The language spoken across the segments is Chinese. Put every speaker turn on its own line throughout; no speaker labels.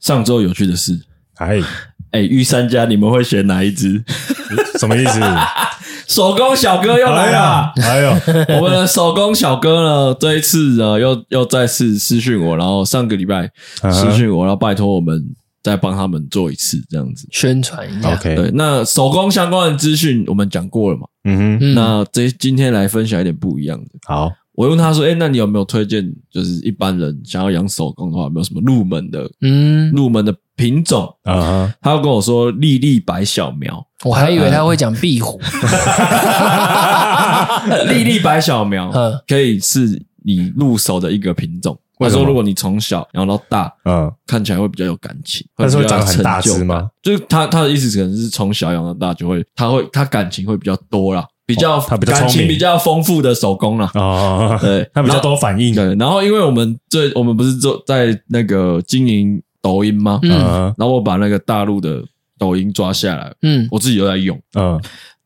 上周有趣的事，
哎，
哎、御三家你们会选哪一只？
什么意思？
手工小哥又来了。
哎呦，哎呦，
我们的手工小哥呢，这一次呢又又再次私讯我，然后上个礼拜
啊
私讯我，然后拜托我们再帮他们做一次这样子。
宣传 一下。
OK，
对，那手工相关的资讯我们讲过了嘛？
嗯哼，
嗯
那这今天来分享一点不一样的。
好，
我问他说：“哎、那你有没有推荐，就是一般人想要养手工的话，有没有什么入门的
嗯，
入门的品种？”
啊哈，
他跟我说：“丽丽白小苗，
我还以为他会
呃
讲壁 虎。
嗯
丽丽白小苗
嗯
可以是你入手的一个品种。”
为
他
什么
说：“如果你从小养到大，
嗯，
看起来会比较有感情，
但是会长得很大
比较有
只
成就
吗？
就是他他的意思可能是从小养到大就会，他会他感情会比较多啦，比较、
哦他比较
感
聪
情
明
比较丰富的手工啦。
哦，
对
他比较多反应，
对，然后因为我们最我们不是做在那个经营抖音吗？
嗯
嗯
然后我把那个大陆的抖音抓下来，
嗯
我自己有在用。
嗯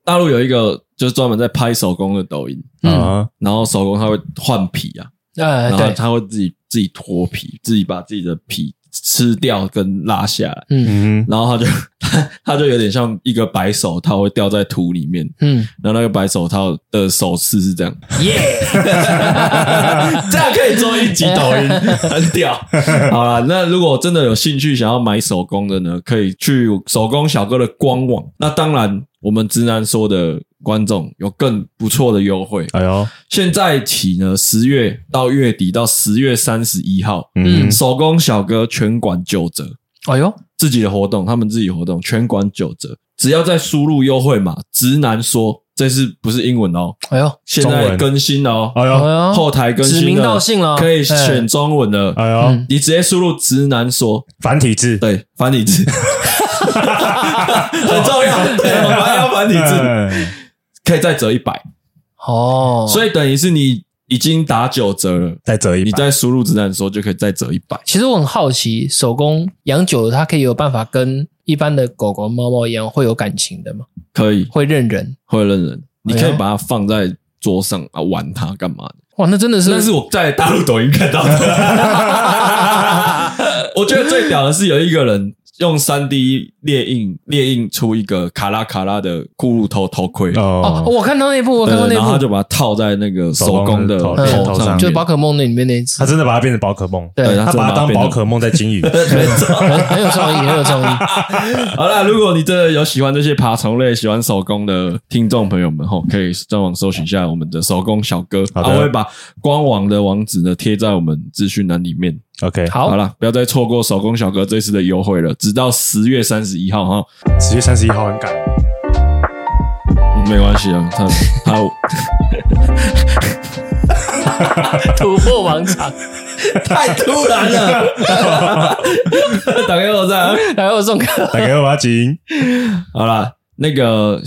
大陆有一个就是专门在拍手工的抖音，
嗯，
啊，
然后手工它会换皮啊，
哎，
然后
对，
它会自己自己脱皮，自己把自己的皮吃掉跟拉下来。
嗯
嗯
然后它就它它就有点像一个白手套会掉在土里面，
嗯，
然后那个白手套的手势是这样，
耶，
这样可以做一集抖音，很屌。好了，那如果真的有兴趣想要买手工的呢，可以去手工小哥的官网。那当然，我们直男说的观众有更不错的优惠。
哼，哎呦，
现在起呢，十月到月底到十月三十一号，
嗯
手工小哥全馆九折，
哎呦，
自己的活动，他们自己活动全馆九折，只要再输入优惠码“直男说”，这是不是英文哦？
哎呦，
现
中
在
文
更新了哦，
哎
哎
呦，
呦，
后台更新
指名
了
道姓了
可以选中文的。
哎呦，
嗯
你直接输入“直男说
繁体”，字，
对，繁体字，很重要，对，我们要繁体字，
哎
可以再折一百，
哦，以
所以等于是你已经打九折了，
再折一
你
百，
再输入“直男说”就可以再折一百。
其实我很好奇，手工养久了，它可以有办法跟一般的狗狗、猫猫一样会有感情的吗？
可以
会认人？
会认人，你可
哎
以
呦
把它放在桌上啊，玩它干嘛的？
哇，那真的是，哦
那是我在大陆抖音看到 的。我觉得最屌的是有一个人用三 D 列印列印出一个卡拉卡拉的骷髅头头盔，
哦，
哦，
我看到那部，我
对
看到那
然后他
部，嗯
就把它套在那个手工的
手
头
工的头
上面，
头
就是宝可梦那里面那一只
他，真的把它变成宝可梦，
对
对
他把它当宝可。梦在经营，
真的变成没
很很有创意，很有 创意。
错 好啦，如果你真的有喜欢这些爬虫类、喜欢手工的听众朋友们吼，可以上网搜寻一下我们的手工小哥，
好
啊
的
我会把官网的网址呢贴在我们资讯栏里面。
OK，
好，
好了，不要再错过手工小哥这次的优惠了，直到十月三十一号哈、
十月三十一号很赶，
没关系啊， 他他
突破王场，
太突然了， 打给我在
然后送个
大概我啊要紧，
好啦，那个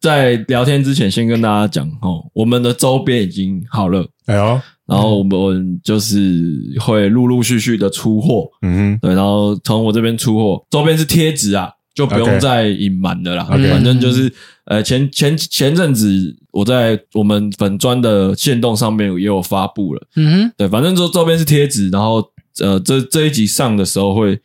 在聊天之前，先跟大家讲哦，我们的周边已经好了，
哎呦，
然后我们就是会陆陆续续的出货，
嗯
对，然后从我这边出货，周边是贴纸啊，就不
OK
用再隐瞒的啦。
OK
反正就是呃，前前前阵子我在我们粉砖的线动上面也有发布了，
嗯
对，反正周周边是贴纸，然后呃，这这一集上的时候会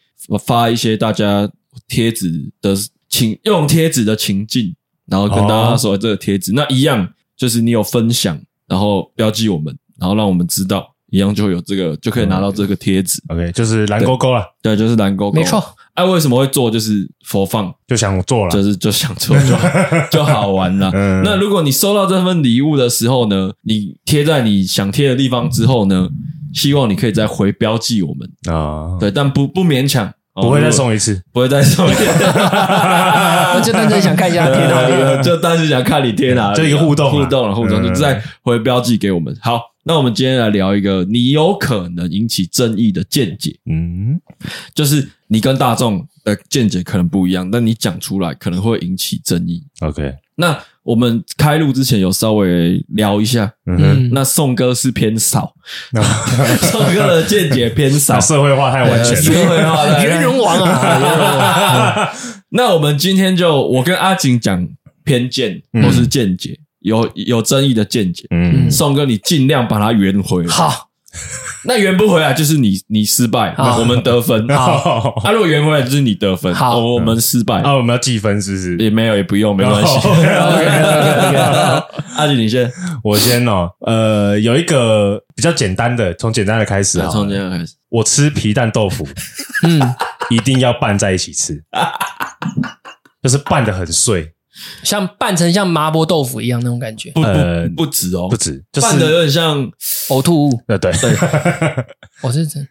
发一些大家贴纸的情用贴纸的情境，然后跟大家说这个贴纸、那一样就是你有分享，然后标记我们，然后让我们知道。一样就会有这个，就可以拿到这个贴纸。
哼，OK，就是蓝勾勾了，
对，就是蓝勾勾。
没错。
哎、为什么会做？就是佛 放，
就想做了
就，是就想做 就好就好玩了。
嗯
那如果你收到这份礼物的时候呢，你贴在你想贴的地方之后呢，希望你可以再回标记我们，
啊，
对，但不不勉强，哦
不会再，送一次，
如果不会再 送，
哼， 我就单纯想看一下贴哪里。
就单是想看你贴哪里啊，
就一个互动啊
互动了，互动，
嗯
就再回标记给我们。好，那我们今天来聊一个你有可能引起争议的见解，
嗯，
就是你跟大众的见解可能不一样，但你讲出来可能会引起争议。
OK，
那我们开录之前有稍微聊一下，
嗯哼，
嗯，
那宋哥是偏少，
那
宋哥的见解偏少
那，社会化太完
呃社
全了，
会化的
圆融王啊，
那我们今天就我跟阿景讲偏见
嗯
或是见解，有有争议的见解，
嗯
嗯
宋哥你尽量把它圆回来。
好，
那圆不回来就是你你失败，
好
我们得分。啊，
好，
如果圆回来就是你得分，
好
哦我们失败
啊，我们要计分是不是？
也没有也不用，没关系。阿吉，你先
我先哦，呃，有一个比较简单的，从简单的开始啊。
从这样开始。
我吃皮蛋豆腐
嗯，
一定要拌在一起吃， 就是拌的很碎，
像拌成像麻婆豆腐一样那种感觉，
不
呃
不不止哦
不，止，就
办的
是
有点像
呕吐物，
呃对，
我是真。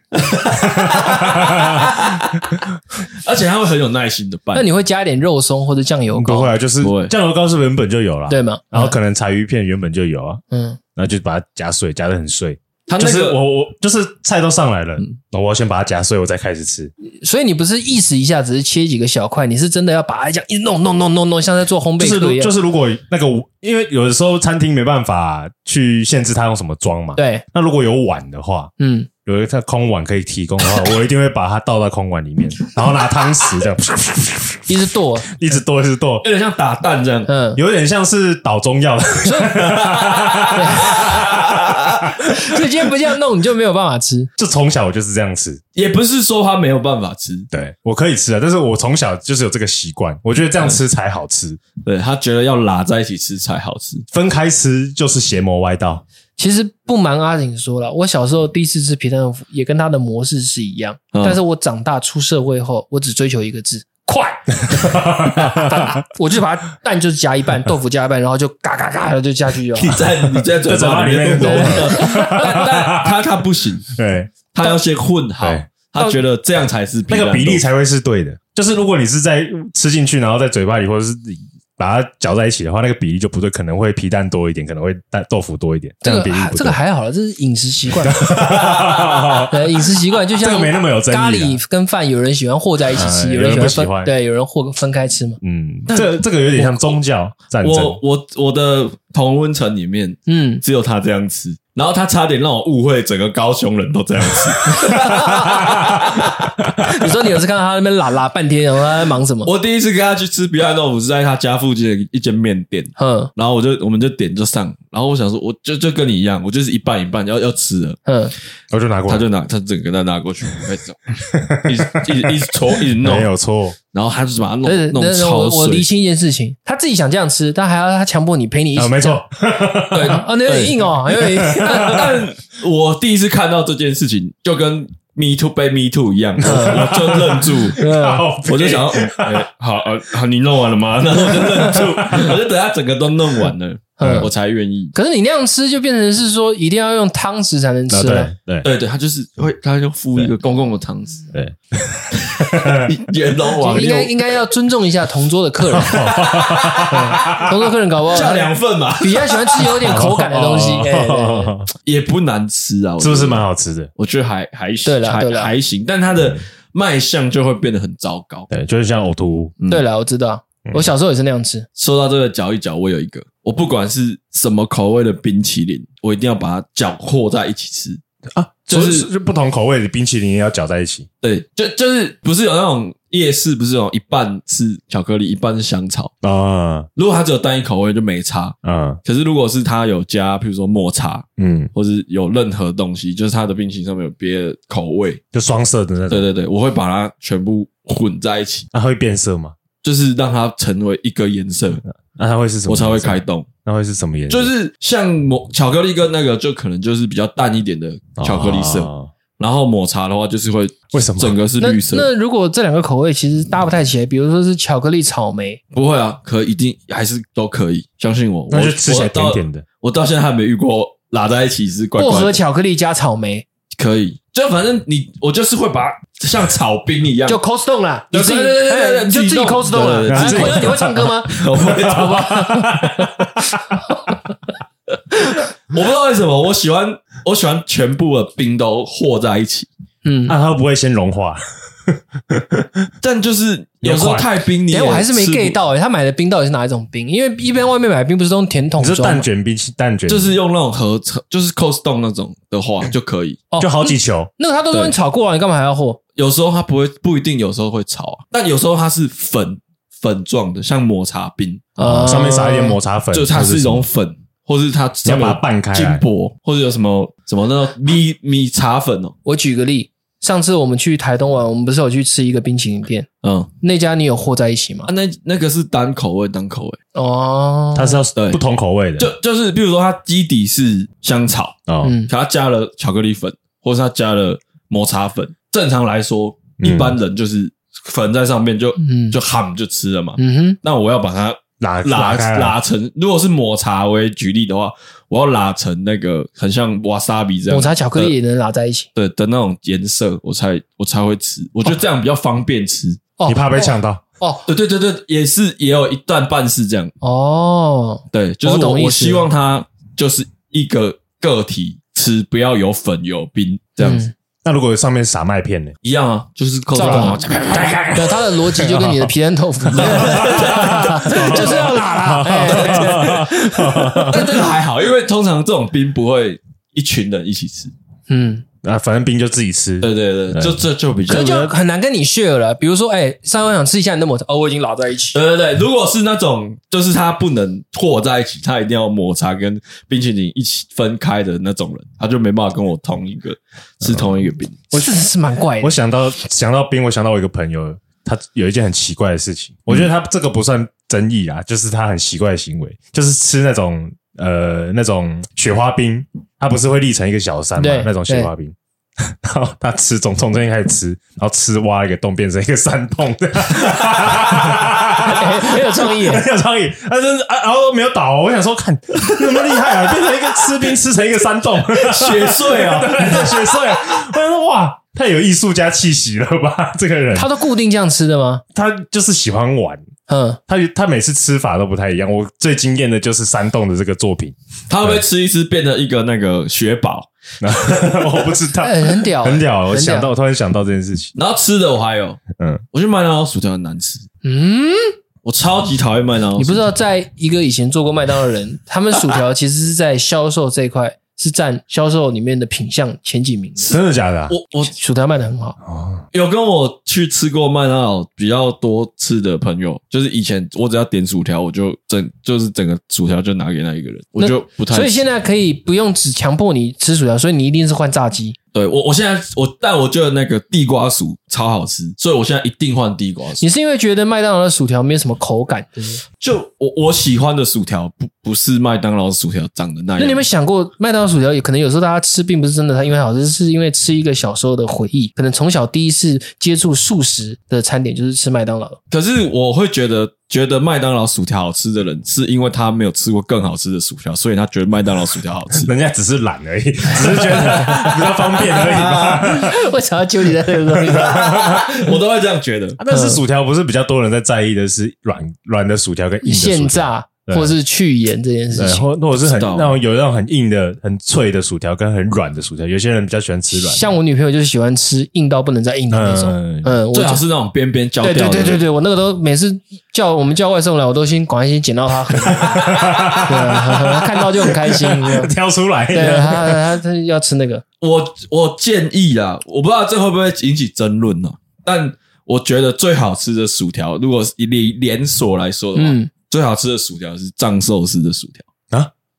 而且他会很有耐心的拌。
那你会加一点肉松或者酱油
哎 不会
膏，
啊，就是
不会
酱油膏是原本就有啦，
对吗？
然后可能柴鱼片原本就有啊，
嗯，
然后就把它夹碎，夹的很碎。
他
就
那
是
个
我我就是菜都上来了，
嗯
那我要先把它夹碎，我再开始吃。
所以你不是意思一下，只是切几个小块，你是真的要把它这样一弄弄弄弄弄，像在做烘
就
焙
是
课一
如
样。
就是如果那个因为有的时候餐厅没办法去限制它用什么装嘛，
对，
那如果有碗的话，
嗯，
有一个空碗可以提供的话，我一定会把它倒到空碗里面，然后拿汤匙这样
一直剁，
一直剁一直剁，
有点像打蛋这样。
嗯，
有点像是倒中药的。
所以今天不这样弄，你就没有办法吃。
就从小我就是这样吃，
也不是说他没有办法吃，
对我可以吃啊，但是我从小就是有这个习惯，我觉得这样吃才好吃，
对他觉得要拉在一起吃才好吃。
分开吃就是邪魔歪道。
其实不瞒阿景说了，我小时候第一次吃皮蛋豆腐，也跟他的模式是一样。
嗯
但是我长大出社会后，我只追求一个字：快！ 我就把它蛋就是加一半，豆腐加一半，然后就嘎嘎嘎的就下去就好
你在你在嘴巴里面
在嘴巴里面
但但他他不行，
对，
他要先混好
对，
他觉得这样才是
那个比例
才
才会是对的。就是如果你是在吃进去，然后在嘴巴里，或者是你把它搅在一起的话，那个比例就不对，可能会皮蛋多一点，可能会蛋豆腐多一点，这
这
样的
个
比例不对。
这个还好了，这是饮食习惯。 呃，饮食习惯就
这
像
个没那么有争议啊
咖喱跟饭，有人喜欢和在一起吃，
嗯
有人
有
喜欢
人不喜
分，
欢
对，有人和分开吃嘛。
嗯，这这个有点像宗教战争。
我我我的同温层里面
嗯，
只有他这样吃，然后他差点让我误会整个高雄人都这样 吃。
你说你有次看到他那边拉拉半天，然后他在忙什么？
我第一次跟他去吃皮蛋豆腐是在他家附近的一间面店，
嗯
然后我就我们就点就上，然后我想说我就就跟你一样，我就是一半一半要要吃了，
嗯，
我就拿过
他
来，
就拿他整个蛋拿过去，我开始 走一直一直一直搓一直弄
没，有错。
然后他就是把它弄
但是
弄
但是我
超
我
碎
厘，清一件事情，他自己想这样吃，但还要他强迫你陪你一
啊，
起。
没错，
对
啊，那有点 硬哦，有点硬。
但我第一次看到这件事情，就跟 Me Too 被 Me Too 一样，我我就愣 住。
嗯
靠背
我就想要，嗯哎好，呃好，你弄完了吗？ 然后我就愣住，我就等他整个都弄完了，
嗯
我才愿意。
可是你那样吃就变成是说一定要用汤匙才能
啊
吃了。
对对
对对，他就是会，他就敷一个公共的汤匙，
对，
也弄完
应该
了，
应该要尊重一下同桌的客 人，嗯同桌客人搞不好
下两份嘛，
比较喜欢吃有点口感的东西。哎对对对
哦
也不难吃啊，我觉
是
得
不是蛮？好吃的？
我觉得还还行，
对啦
还
对啦
还行，但它的卖相就会变得很糟糕。
对，就是像呕吐
嗯
物，
对了，我知道，我小时候也是那样吃。
说到这个搅一搅，我有一个，我不管是什么口味的冰淇淋，我一定要把它搅和在一起吃。就是
所以啊不同口味的冰淇淋也要搅在一起。
对，就就是不是有那种夜市，不是有一半是巧克力，一半是香草。
啊
如果它只有单一口味就没差，
啊
可是如果是它有加，譬如说抹茶，
嗯，
或是有任何东西，就是它的冰淇淋上面有别的口味，
就双色的那
对
种，
对对，我会把它全部混在一起，
那会变色吗？
就是让它成为一个颜色，
那它会嗯是什么？
我才会开。动。
那会是什么颜色？
就是像抹巧克力跟那个，就可能就是比较淡一点的巧克力色，
哦
然后抹茶的话就是会
为什么
整个是
那
绿色？
那如果这两个口味其实搭不太起来，比如说是巧克力草莓，
不会啊，可一定还是都可以，相信我。
那
我
就吃起来甜甜
的。
的。
我到现在还没遇过拉在一起是怪
薄
怪
荷
的，
巧克力加草莓，
可以。就反正你我就是会把它像草冰一样，
就 cold stone 啦，你
对
自己
对对对对对
哎你
自
就自
己
己
弄
cold stone
对对
啦。
对
哎
自己
你会唱歌吗？
我不会走吧。 我不知道为什么，我喜欢我喜欢全部的冰都和在一起，
嗯，
那它不会先融化？
但就是有时候太冰你也
等一下哎我还是没
吃不
get 到欸，他买的冰到底是哪一种冰？因为一般外面买的冰不是都用甜筒
哦
你是
装吗
蛋卷冰淇蛋卷，
就是用那种合成，就是 cold stone 那种的 话就可以。
哦
就好几球。
那个他都说你炒过了，你干嘛还要和？
有时候它不会不一定，有时候会炒啊，但有时候它是粉粉状的，像抹茶冰，
啊
上面撒一点抹茶粉，
哦就是它是一种
或者
粉，或是它
你要把它拌开来
金箔，或者有什么什么那种米米茶粉哦，
我举个例，上次我们去台东玩，我们不是有去吃一个冰淇淋店，
嗯
那家你有和在一起吗
啊，？那那个是单口味，单口味，
哦
什么，它是要
对
不同口味的，
就就是比如说它基底是香草，
哦，
嗯
可它加了巧克力粉，或是它加了抹茶粉。正常来说，
嗯
一般人就是粉在上面就
嗯
就ham 就吃了嘛。
嗯哼，
那我要把它
拉
拉
开来
拉成，如果是抹茶为举例的话，我要拉成那个很像 wasabi 这样
抹茶巧克力也能拿在一起。
的的那种颜色，我才我才会吃。我觉得这样比较方便吃。
哦，
你怕被呛到？
哦
对对对对，也是也有一段半是这样。
哦，
对，就
我
是
懂
我
意
我
思
希望它就是一个个体吃，不要有粉有冰这样子。
嗯
那如果上面撒 麦片呢？
一样啊，就是扣肉啊，
对，它的逻辑就跟你的皮蛋豆 腐一样，就是要拿 啦。哎
但这个还好，因为通常这种冰不会一群人一起吃。
嗯，
啊，反正冰就自己吃，
对对对，就这就比较
可。是就很难跟你 share 了。比如说，哎，上回想吃一下你的抹茶，哦，我已经拿在一起。
对对对，如果是那种就是它不能和在一起，它一定要抹茶跟冰淇淋一起分开的那种人，他就没办法跟我同一个吃同一个 冰。
我是是蛮怪的
我，想到想到冰，我想到我一个朋友，他有一件很奇怪的事情，我觉得他这个不算争议啊，就是他很奇怪的行为，就是吃那种呃那种雪花冰，它不是会立成一个小山嘛
对，
那种雪花冰。 然后他吃，从从这边开始吃，然后吃挖一个洞，变成一个山洞，
哎很有创意耶。
很有创意。他真是啊，然后没有倒哦，我想说，看你有没有厉害啊，变成一个吃冰吃成一个山洞，
雪穗啊，
对，雪穗。我想说，哇，太有艺术家气息了吧？这个人，
他都固定这样吃的吗？
他就是喜欢玩，
嗯，
他他每次吃法都不太一样。我最惊艳的就是山洞的这个作品，
他会不会吃一吃变成一个那个雪宝？
我不知道，
哎很屌
很屌。我
很屌
想到，我突然想到这件事情，
然后吃的我还有，
嗯，
我觉得麦当劳薯条很难吃，
嗯，
我超级讨厌麦当劳薯条。
你不知道，在一个以前做过麦当劳的人，他们薯条其实是在销售这一块是占销售里面的品相前几名的。
真的假的啊？
我我
薯条卖的很好，
哦，。
有跟我去吃过麦当劳比较多次的朋友，就是以前我只要点薯条，我就整就是整个薯条就拿给那一个人，我就不太吃。
所以现在可以不用只强迫你吃薯条，所以你一定是换炸鸡。
对我我现在我但我觉得那个地瓜薯超好吃，所以我现在一定换地瓜薯
你。是因为觉得麦当劳的薯条没有什么口感，对不对
就我我喜欢的薯条不不是麦当劳薯条长的那样。
那你有没有想过，麦当劳薯条也可能有时候大家吃并不是真的它因为好吃，是因为吃一个小时候的回忆，可能从小第一次接触素食的餐点就是吃麦 当劳。
可是我会觉得，觉得麦当劳薯条好吃的人，是因为他没有吃过更好吃的薯条，所以他觉得麦当劳薯条好吃
人家只是懒而已， 只是觉得比较方便而已
啊
吧。
我想要纠结在这个东西上。
我都会这样觉得。
但是薯条不是比较多人在在意的是软软的薯条跟硬的薯
现
条。
炸
对
或是去盐这件事
对，
情。
或或者是很
不知道
那种有那种很硬的、很脆的薯条，跟很软的薯条。有些人比较喜欢吃软的，
像我女朋友就是喜欢吃硬到不能再硬的那种，
嗯，
嗯，我
最好
就是
那种边边焦
对
掉的。
对对对对，我那个都每次叫我们叫外送来，我都先赶快先捡到他盒，对 啊，看到就很开心。这 样
挑出来
对，
的。
他他他要吃那个，
我我建议啊，我不知道这会不会引起争论呢、啊但我觉得最好吃的薯条，如果是以连连锁来说的话，
嗯
最好吃的薯条是藏寿司的薯条。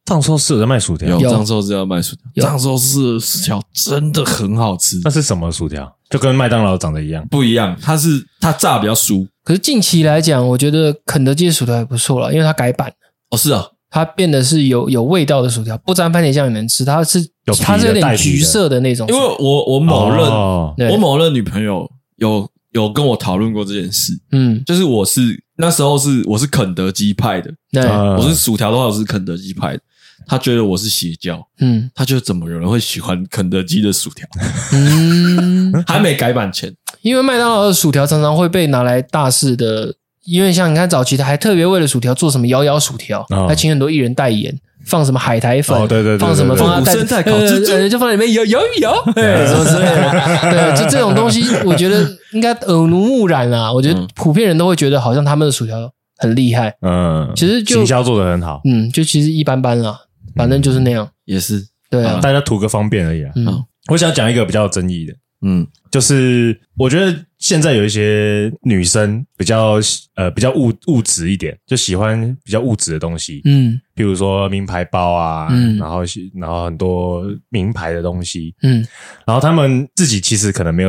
藏寿司有在卖薯条，
有
有
藏寿司要卖薯
有
条，藏寿司的薯条真的很好吃
那，是什么薯条？就跟麦当劳长得一样。
不一样，它是它炸比较酥。
可是近期来讲，我觉得肯德基的薯条还不错了，因为它改版，
哦，是啊，
它变得是有有味道的薯条，不沾番茄酱也能吃，它是
有皮的
它是有
带
点
皮的
橘色的那种薯
因为
条，
我我某任、
哦
对
我某任女朋友有有跟我讨论过这件事，
嗯，
就是我是那时候是我是肯德基派的，
对，
呃
我是薯条的话我是肯德基派的，她觉得我是邪教，
嗯
她觉得怎么有人会喜欢肯德基的薯 条？
嗯。
还没改版前，
因为麦当劳的薯条常常会被拿来大肆的，因为像你看早期他还特别为了薯条做什么摇摇薯条，
哦
还请很多艺人代言，放什么海苔粉，
哦对对对
放什么
对对
放在
对
袋
对对
子
生菜烤蜘蛛
呃呃就放在里面摇摇一摇，哎什么之类的。对，就这种东西，我觉得应该耳濡目染啦。我觉得
嗯
普遍人都会觉得好像他们的薯条很厉害，
嗯，
其实就
行销做得很好，
嗯，就其实一般般啦，反正就是那样。
也是，
对啊，
大家图个方便而已啊。
嗯
好
我想讲一个比较有争议的，
嗯，
就是我觉得现在有一些女生比较呃比较物物质一点，就喜欢比较物质的东西，
嗯
譬如说名牌包啊，
嗯
然后是然后很多名牌的东西，
嗯
然后他们自己其实可能没有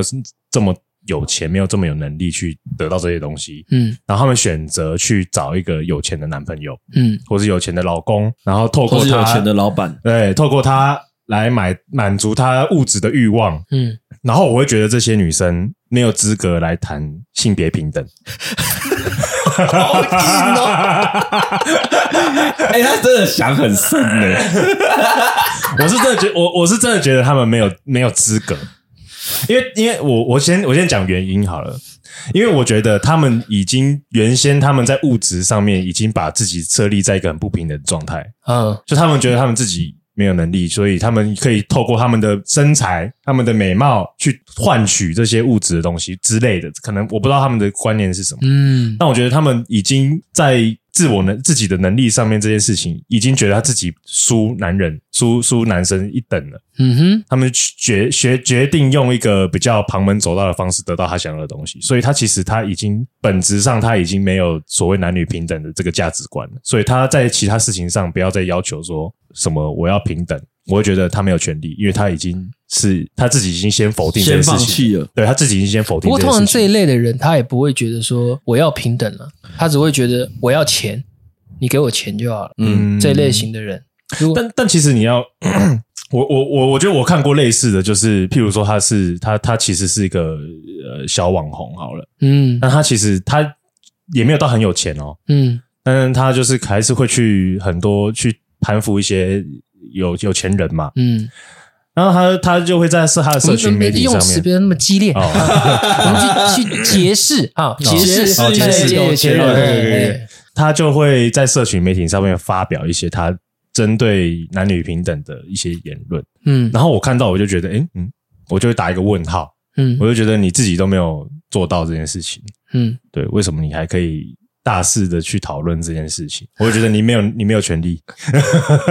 这么有钱，没有这么有能力去得到这些东西，
嗯
然后他们选择去找一个有钱的男朋友，
嗯
或是有钱的老公，然后透
或
过
是
他
有钱的老板，
对，透过他来买满足他物质的欲望，
嗯，
然后我会觉得这些女生没有资格来谈性别平等。
好硬哦！
哎、他真的想很深呢、
我是真的觉我我是真的觉得他们没有没有资格，因为因为我我先我先讲原因好了，因为我觉得他们已经原先他们在物质上面已经把自己设立在一个很不平等的状态，
嗯
就他们觉得他们自己没有能力，所以他们可以透过他们的身材、他们的美貌去换取这些物质的东西之类的，可能我不知道他们的观念是什么。
嗯
但我觉得他们已经在自我能自己的能力上面这件事情，已经觉得他自己输男人、输输男生一等了。
嗯哼
他们决决决定用一个比较旁门左道的方式得到他想要的东西，所以他其实他已经本质上他已经没有所谓男女平等的这个价值观了，所以他在其他事情上不要再要求说什么我要平等，我会觉得他没有权利，因为他已经是他自己已经先否定这
先
件事
放
情，
弃了。
对他自己已经先否
不
定
过
这
通
件
常
事
这
情。
一类的人，他也不会觉得说我要平等了、他只会觉得我要钱，你给我钱就好了。
嗯，
这一类型的人，如果
但但其实你要，嗯我我我我觉得我看过类似的就是，譬如说他是他他其实是一个呃小网红好了，
嗯
但他其实他也没有到很有钱哦，
嗯
但是他就是还是会去很多去攀附一些有有钱人嘛，
嗯，
然后他他就会在是他的
我
社
们
群
没
媒体上
用词
面。
别那么激烈，啊我们去去解释啊，解释
哦解释
有钱人，
哦
对对对对
哎
对他就会在社群媒体上面发表一些他针对男女平等的一些言论，
嗯
然后我看到我就觉得，诶，嗯，我就会打一个问号，
嗯
我就觉得你自己都没有做到这件事情，
嗯，
对，为什么你还可以大肆的去讨论这件事情？我就觉得你没有，你没有权利。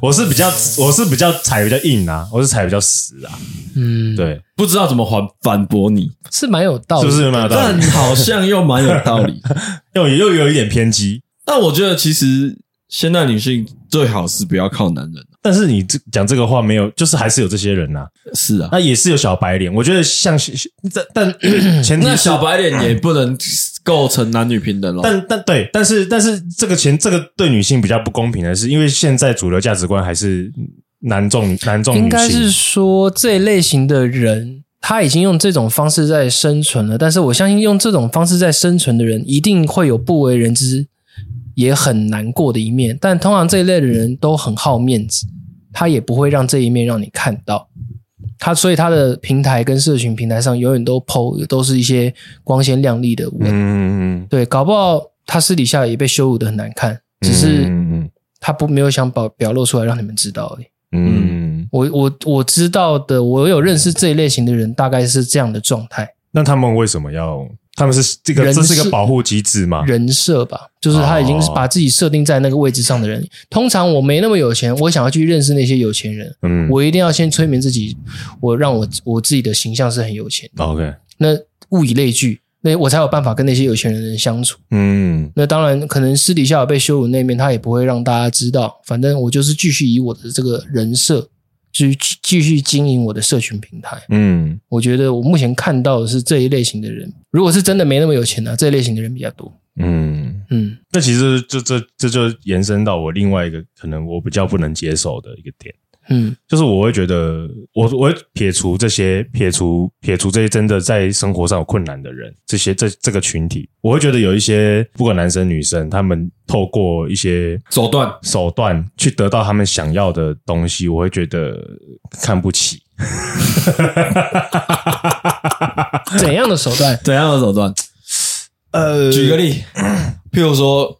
我是比较，我是比较踩比较硬啊，我是踩比较实啊，
嗯，，
对，
不知道怎么反反驳你，
是蛮有道
是
理
不
的，
是蛮有道
但
理？
好像又蛮有道理。
又又有一点偏激，
但我觉得其实现代女性最好是不要靠男人。
但是你这讲这个话没有，就是还是有这些人呐、
是啊，
那也是有小白脸。我觉得像，但但 前提
那
是
小白脸也不能构成男女平等咯。
但但对，但是但是这个前这个对女性比较不公平的是，因为现在主流价值观还是男重男重女性，
应该是说这一类型的人，他已经用这种方式在生存了。但是我相信，用这种方式在生存的人，一定会有不为人知，也很难过的一面。但通常这一类的人都很好面子，他也不会让这一面让你看到。他所以他的平台跟社群平台上永远都 PO 都是一些光鲜亮丽的文，
嗯嗯嗯
对，搞不好他私底下也被羞辱的很难看，只是
嗯嗯
他不没有想表表露出来让你们知道而已。
嗯，嗯
我我我知道的，我有认识这一类型的人，大概是这样的状态，
那他们为什么要？他们是这个
人
这
是
是一个保护机制吗？
人设吧，就是他已经
啊哦
把自己设定在那个位置上的人。通常我没那么有钱，我想要去认识那些有钱人，
嗯
我一定要先催眠自己，我让我我自己的形象是很有钱。
，OK，
那物以类聚，那我才有办法跟那些有钱人相处。
嗯
那当然，可能私底下有被羞辱那面，他也不会让大家知道。反正我就是继续以我的这个人设，去去继续经营我的社群平台。
嗯
我觉得我目前看到的是这一类型的人，如果是真的没那么有钱啊呢、这一类型的人比较多。
嗯。
嗯
那其实这这这就延伸到我另外一个可能我比较不能接受的一个点，
嗯
就是我会觉得我我会撇除这些撇除撇除这些真的在生活上有困难的人，这些这这个群体，我会觉得有一些不管男生女生，他们透过一些
手段
手段去得到他们想要的东西，我会觉得看不起。
怎样的手段？
怎样的手段？
呃
举个例， 譬如说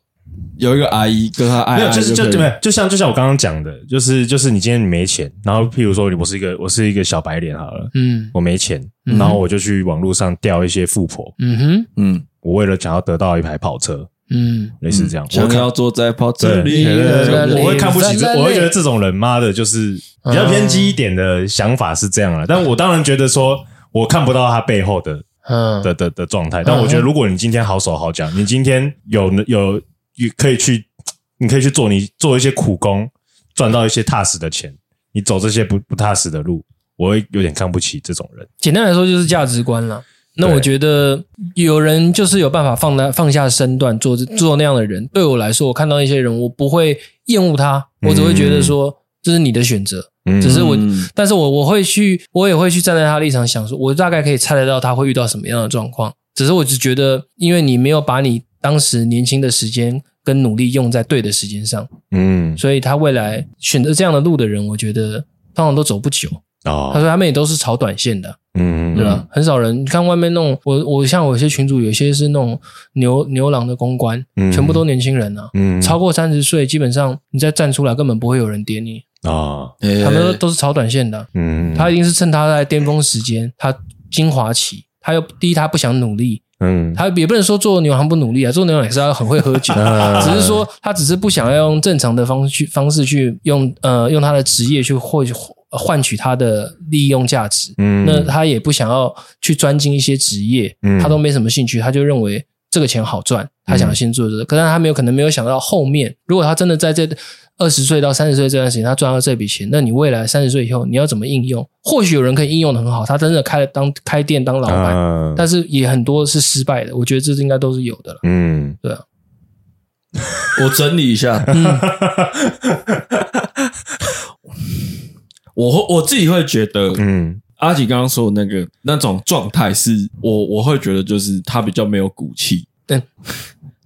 有一个阿姨跟她爱
没有，
爱
就是就
哎可以
就没有，就像就像我刚刚讲的，就是就是你今天你没钱，然后譬如说我是一个我是一个小白脸好了，
嗯
我没钱，
嗯
然后我就去网络上钓一些富婆，
嗯哼
嗯，
我为了想要得到一台跑车，
嗯
类似这样，我
想
看
要坐在跑车
对
里，啊
对对对对
嗯
我会看不起这
在，那里
我会觉得这种人妈的，就是比较偏激一点的想法是这样了。但我当然觉得说，我看不到他背后的
嗯，
的的的状态。但我觉得，如果你今天好手好脚，你今天有有有可以去，你可以去做你做一些苦工，赚到一些踏实的钱。你走这些不不踏实的路，我会有点看不起这种人。
简单来说就是价值观了。那
对
我觉得有人就是有办法放下放下身段做做那样的人。对我来说，我看到一些人，我不会厌恶他，我只会觉得说、这是你的选择。
嗯
只是我
嗯
但是我我会去，我也会去站在他立场想说，我大概可以猜得到他会遇到什么样的状况。只是我只觉得，因为你没有把你当时年轻的时间跟努力用在对的时间上，
嗯
所以他未来选择这样的路的人，我觉得通常都走不久。他
哦
说他们也都是炒短线的，
嗯
对吧？啊很少人你看外面那种，我我像我有些群主，有些是那种牛牛郎的公关，
嗯
全部都年轻人啊。
嗯
超过三十岁，基本上你再站出来，根本不会有人点你。
啊
欸
他们都都是炒短线的啊，
嗯
他一定是趁他在巅峰时间，他精华期，他又第一他不想努力，
嗯
他也不能说做牛郎不努力啊，做牛郎也是要很会喝酒，
嗯
只是说他只是不想要用正常的方式去方式去用呃用他的职业去获换取他的利用价值，
嗯
那他也不想要去专精一些职业，
嗯
他都没什么兴趣，他就认为这个钱好赚，他想要先做这个。可是他没有可能没有想到后面，如果他真的在这二十岁到三十岁这段时间，他赚到这笔钱，那你未来三十岁以后你要怎么应用？或许有人可以应用的很好，他真的开了当开店当老板，
嗯
但是也很多是失败的。我觉得这应该都是有的啊了。
嗯
我整理一下，
嗯
我会我自己会觉得，
嗯
阿吉刚刚说的那个那种状态，是我我会觉得就是他比较没有骨气。
对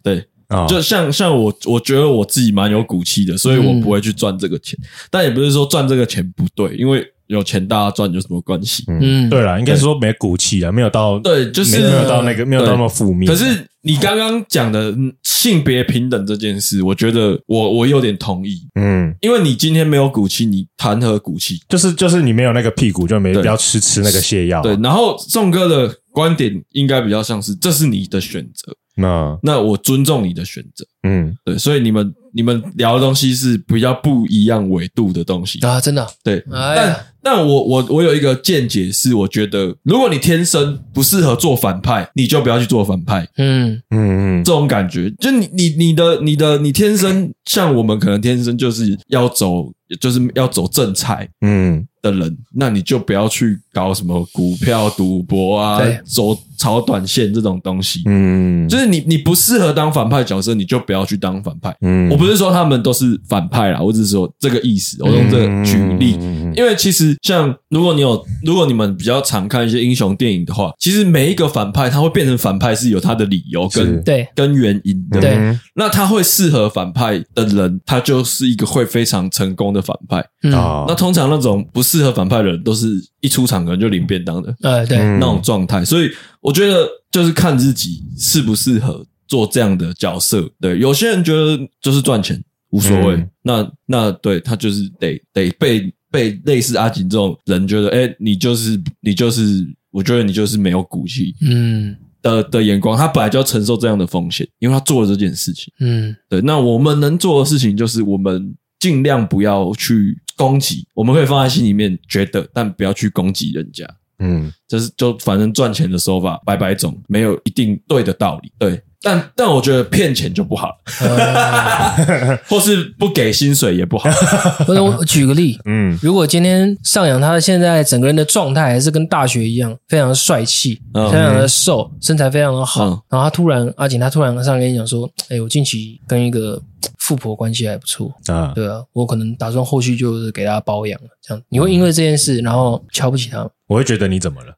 对，
哦
啊
就像像我，我觉得我自己蛮有骨气的，所
嗯
以我不会去赚这个钱。但也不是说赚这个钱不对，因为有钱大家赚有什么关系？
嗯，
对了，应该是说没骨气啊，没有到
对，就是
没没有到那个没有到那么负面。啊
可是你刚刚讲的嗯性别平等这件事，我觉得我我有点同意，
嗯，
因为你今天没有骨气，你谈何骨气？
就是就是你没有那个屁股，就没
对
要吃吃那个泻药。啊
对，，然后宋哥的观点应该比较像是这是你的选择，
那
那我尊重你的选择。
嗯
对，所以你们你们聊的东西是比较不一样维度的东
嗯
西。
啊，真的啊，
对，
哎呀
但但我我我有一个见解是，我觉得如果你天生不适合做反派，你就不要去做反派。
嗯
嗯嗯
这种感觉，就你你你的你的你天生像我们可能天生就是要走就是要走正财
嗯
的人，那你就不要去搞什么股票赌博啊
对，
走炒短线这种东西。
嗯，
就是你你不适合当反派角色，你就不要去当反派。
嗯
我不是说他们都是反派啦，我只是说这个意思。我用这个举例，
嗯
因为其实像如果你有，如果你们比较常看一些英雄电影的话，其实每一个反派他会变成反派是有他的理由
是
跟
对
跟原因的。
对
嗯
那他会适合反派的人，他就是一个会非常成功的反派。
嗯，
啊
那通常那种不适合反派的人，都是一出场可能就领便当的。
呃，对，
嗯
那种状态，所以我觉得就是看自己适不适合做这样的角色。对，有些人觉得就是赚钱无所谓，
嗯
那那对他就是得得被被类似阿锦这种人觉得，哎、你就是你就是，我觉得你就是没有骨气
嗯
的的眼光，他本来就要承受这样的风险，因为他做了这件事情。
嗯
对，那我们能做的事情就是我们尽量不要去攻击，我们可以放在心里面觉得，但不要去攻击人家。
嗯
就是就反正赚钱的手法百百种，没有一定对的道理。对，但但我觉得骗钱就不好，
呃
或是不给薪水也不 好。
不是我举个例，
嗯
如果今天上扬，他现在整个人的状态还是跟大学一样，非常帅气，
嗯
非常的瘦，身材非常的好。
嗯
然后他突然，阿锦他突然上来跟你讲说：“哎、我近期跟一个嘖富婆关系还不错，
啊
对啊，我可能打算后续就是给他包养了。”这样你会因为这件事然后瞧不起他吗？
我会觉得你怎么了？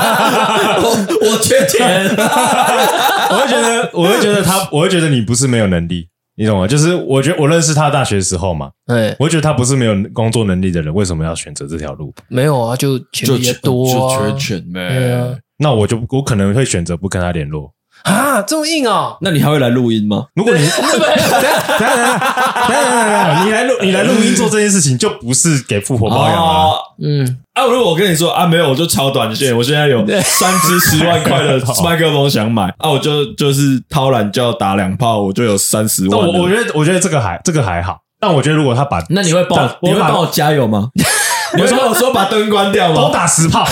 我我缺钱，
我会觉得，我会觉得他，我会觉得你不是没有能力，你懂吗？就是我觉得我认识他大学时候嘛，
哎，
我会觉得他不是没有工作能力的人，为什么要选择这条路？
没有啊，就钱
就
比较
缺
多、啊，
就缺钱
对啊
呗。
那我就我可能会选择不跟他联络。
啊，这么硬哦。
那你还会来录音吗？
如果你 等一下等一下等一下等一下等一下，你来录你来录音做这件事情，就不是给富婆包养啊！
哦
嗯，
啊！如果我跟你说啊，没有，我就超短线，我现在有三支十万块的麦克风想 买啊，我就就是掏懒觉打两炮，我就有三十
但
万了。
我我觉得我觉得这个还这个还好，但我觉得如果他把
那你会帮
但
我？你会
我 把
帮我加油吗？你说我说把灯关掉
都
吗？
打十 炮。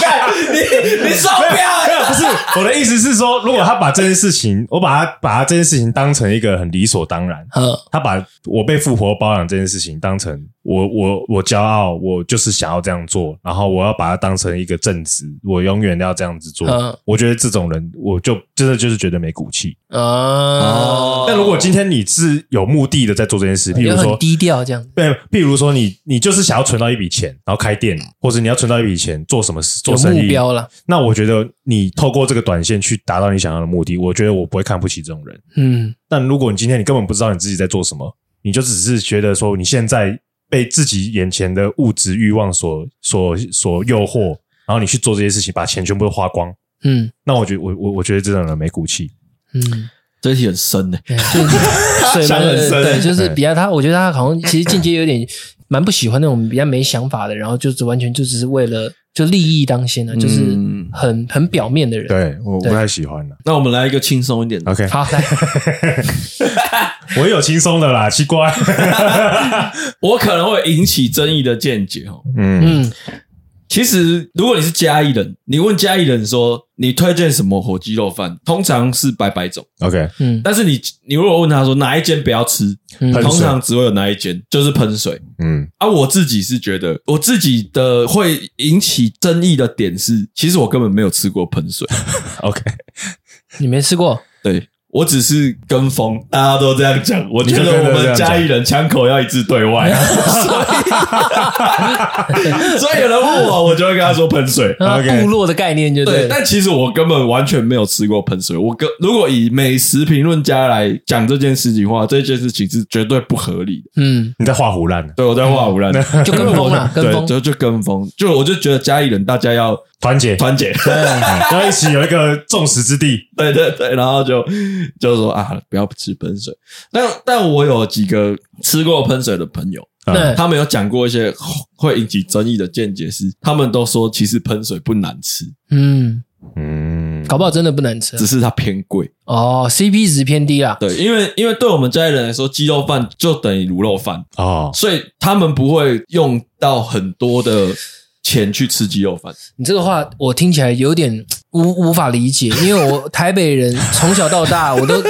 干你你受不了
没有，不是我的意思是说，如果他把这件事情，我把他把他这件事情当成一个很理所当然，
呃，
他把我被复活包养这件事情当成我我我骄傲，我就是想要这样做，然后我要把它当成一个正职，我永远要这样子做。
嗯
我觉得这种人，我就真的就是觉得没骨气。
啊，
哦
但如果今天你是有目的的在做这件事，譬
也
如
很
说。
低调这样。
对，譬如说你，你就是想要存到一笔钱，然后开店，或者你要存到一笔钱做什么事，做
有
生
目
意，
标了，
那我觉得你透过这个短线去达到你想要的目的，我觉得我不会看不起这种人。
嗯，
但如果你今天你根本不知道你自己在做什么，你就只是觉得说你现在被自己眼前的物质欲望所所所诱惑，然后你去做这些事情，把钱全部都花光，
嗯
那我觉得我我我觉得这种人没骨气。
嗯，
这一题很深欸呢、
对就是水
伤
门
很深
对，就是比较他，我觉得他好像其实间接有点蛮不喜欢那种比较没想法的，然后就是完全就只是为了就利益当先的，就是
嗯
很很表面的人。
对我不
对
太喜欢了。啊
那我们来一个轻松一点的。
OK，
好，来，
我有轻松的啦，奇怪。
我可能会引起争议的见解哦。
嗯，
嗯
其实，如果你是嘉义人，你问嘉义人说你推荐什么火鸡肉饭，通常是百百种。
OK，
嗯
但是你你如果问他说哪一间不要吃，
嗯
喷水
通常只会有哪一间，就是喷水。
嗯
啊，我自己是觉得，我自己的会引起争议的点是，其实我根本没有吃过喷 水，
，OK，
你没吃过？
对我只是跟风，大家都这样讲，我觉
你就
得
跟着
我
这
们
样讲
嘉义人枪口要一致对外， 所以所以有人问我，我就会跟他说喷水。
啊
OK
部落的概念就
对，
了
但其实我根本完全没有吃过喷水。我跟如果以美食评论家来讲这件事情的话，这件事情是绝对不合理的。
嗯，
你在画胡乱，啊
对我在画胡乱，
就跟风啦，跟
对，
风。
就就跟风，就我就觉得嘉义人大家要
团结，
团结，
要一起有一个众矢之的。
对对对，然后就就说啊，不要吃喷水。但但我有几个吃过喷水的朋友，
那
他们有讲过一些会引起争议的见解是，他们都说其实喷水不难吃，
嗯，
嗯，
搞不好真的不难吃啊
只是它偏贵。
哦，CP 值偏低啊啦。
对，因为因为对我们家人来说，鸡肉饭就等于卤肉饭，
哦，
所以他们不会用到很多的钱去吃鸡肉饭。
你这个话我听起来有点无无法理解，因为我台北人从小到大，我都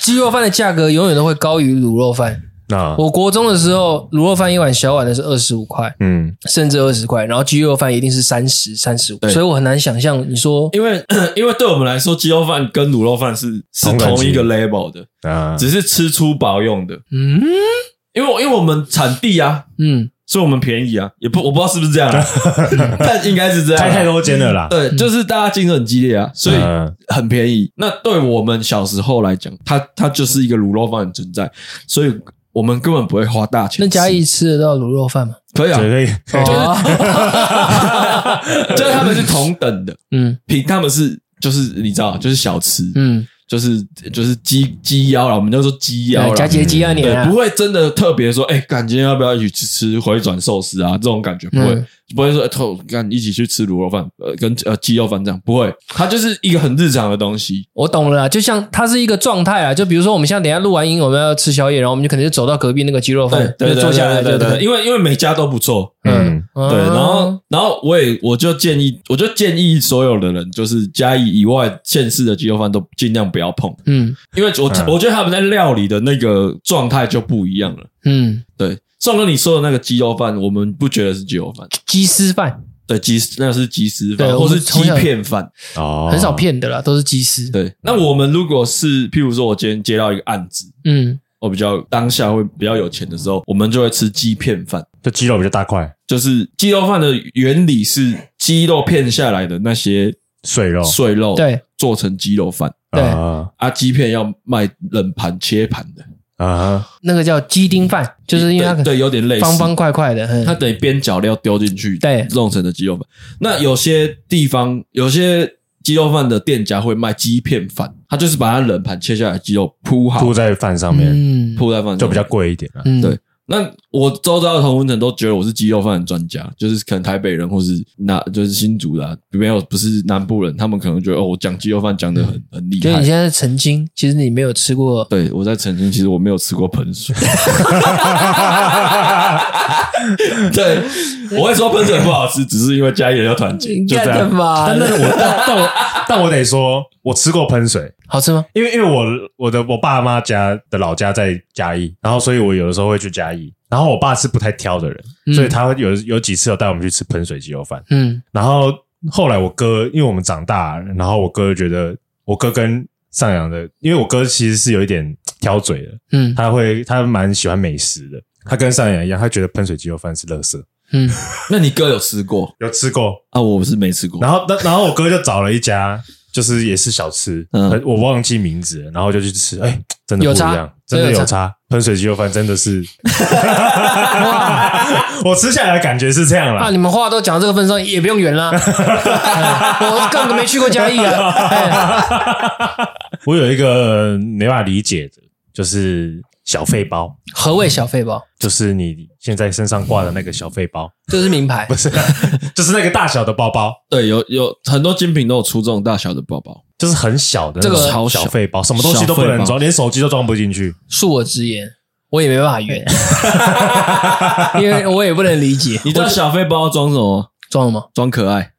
鸡肉饭的价格永远都会高于卤肉饭。
那
我国中的时候，卤肉饭一碗小碗的是二十五块，
嗯
甚至二十块，然后鸡肉饭一定是三十、三十五，
对
所以我很难想象你说
因为 因为对我们来说，鸡肉饭跟卤肉饭是是
同等级
同一个 level 的，
啊，
只是吃粗饱用的。
嗯
因为我因为我们产地啊，
嗯
所以我们便宜啊，也不我不知道是不是这样、 啊，但应该是这样、啊
开太。多间了啦。
对，
嗯
就是大家竞争很激烈啊，所以
嗯
很便宜。那对我们小时候来讲，它它就是一个卤肉饭的存在，所以我们根本不会花大钱吃。
那嘉义吃得到卤肉饭吗？
可以啊，
对，可以
哦，
就是他们是同等的，
嗯
凭他们是就是你知道，就是小吃，
嗯，
就是就是鸡鸡腰了，我们就说鸡腰
对
了。
佳节鸡啊你
对，
啊
不，会真的特别说，哎、干今天要不要一起去吃回转寿司啊？这种感觉不会，
嗯
不会说，哎偷、干一起去吃卤肉饭，呃，跟呃鸡肉饭这样，不会，它就是一个很日常的东西。
我懂了啦，就像它是一个状态啊，就比如说我们现在等一下录完音，我们要吃宵夜，然后我们就可能就走到隔壁那个鸡肉
对
饭，，
对
就
对
坐下来
对
就
对对，
对，
因为因为每家都不错，
嗯，
对，
对
然
哦
后然后我也我就建议，我就建议所有的人，就是嘉义以外县市的鸡肉饭都尽量不要碰，
嗯
因为我、
嗯
我觉得他们在料理的那个状态就不一样了。
嗯，
对，宋哥你说的那个鸡肉饭，我们不觉得是鸡肉饭，
鸡丝饭
对鸡那是鸡丝
对
饭，
我
或
们
是鸡片饭。
哦
很少骗的啦，都是鸡丝。
对，那我们如果是譬如说，我今天接到一个案子，
嗯，
我比较当下会比较有钱的时候，我们就会吃鸡片饭。
这肌肉比较大块，
就是鸡肉饭的原理是鸡肉片下来的那些
碎肉
碎肉，
对，
做成鸡肉饭。
对
啊
啊，鸡片要卖冷盘切盘的，
啊，
那个叫鸡丁饭，就是因为它可
对对有点类似
方方块块的，
它
嗯
等于边角料丢进去，
对
弄成的鸡肉饭。那有些地方有些鸡肉饭的店家会卖鸡片饭，他就是把它冷盘切下来的鸡肉铺好
铺，在饭上面
嗯
铺在饭上
就比较。贵一点啊了。
嗯
对那我周遭的同温层都觉得我是鸡肉饭的专家，就是可能台北人或是那就是新竹的、啊，没有不是南部人，他们可能觉得哦，我讲鸡肉饭讲的很很厉
嗯就
害
你。现在曾经，其实你没有吃过，
对，我在澄清，其实我没有吃过喷水。对，我会说喷水不好吃，只是因为家里人要团结，就这
干
样。
嘛？
但但是我但但我但我得说，我吃过喷水，
好吃吗？
因为因为我我的我爸妈家的老家在嘉义，然后所以我有的时候会去嘉义。然后我爸是不太挑的人，
嗯
所以他会有有几次有带我们去吃喷水鸡肉饭。
嗯
然后后来我哥，因为我们长大，然后我哥觉得我哥跟上扬的，因为我哥其实是有一点挑嘴的，
嗯
他会他蛮喜欢美食的。他跟上扬一样，他觉得喷水鸡肉饭是垃圾，
嗯，
那你哥有吃过
有吃过。
啊？我是没吃过。
然后那然后我哥就找了一家，就是也是小吃，
嗯
很我忘记名字了，然后就去吃，哎、真的
有
不一
差
样，真的
真的
有
有
差。喷水鸡肉饭真的是， 我吃下来的感觉是这样
那
啦。
你们话都讲到这个份上，也不用 圆啦。哎我根本没去过嘉义 啊。哎
我有一个没办法理解的，就是小费包。
何谓小费包？
就是你现在身上挂的那个小费包，
这是名牌
不，是， 就是那个大小的包包，
对，有有很多精品都有出这种大小的包包。
就是很小的那
这
种
个
超小
小费包，什么东西都不能装，连手机都装不进去。
恕我直言，我也没办法圆， 因为我也不能理解。
你知道小费包装什么吗？
装了吗？
装可爱。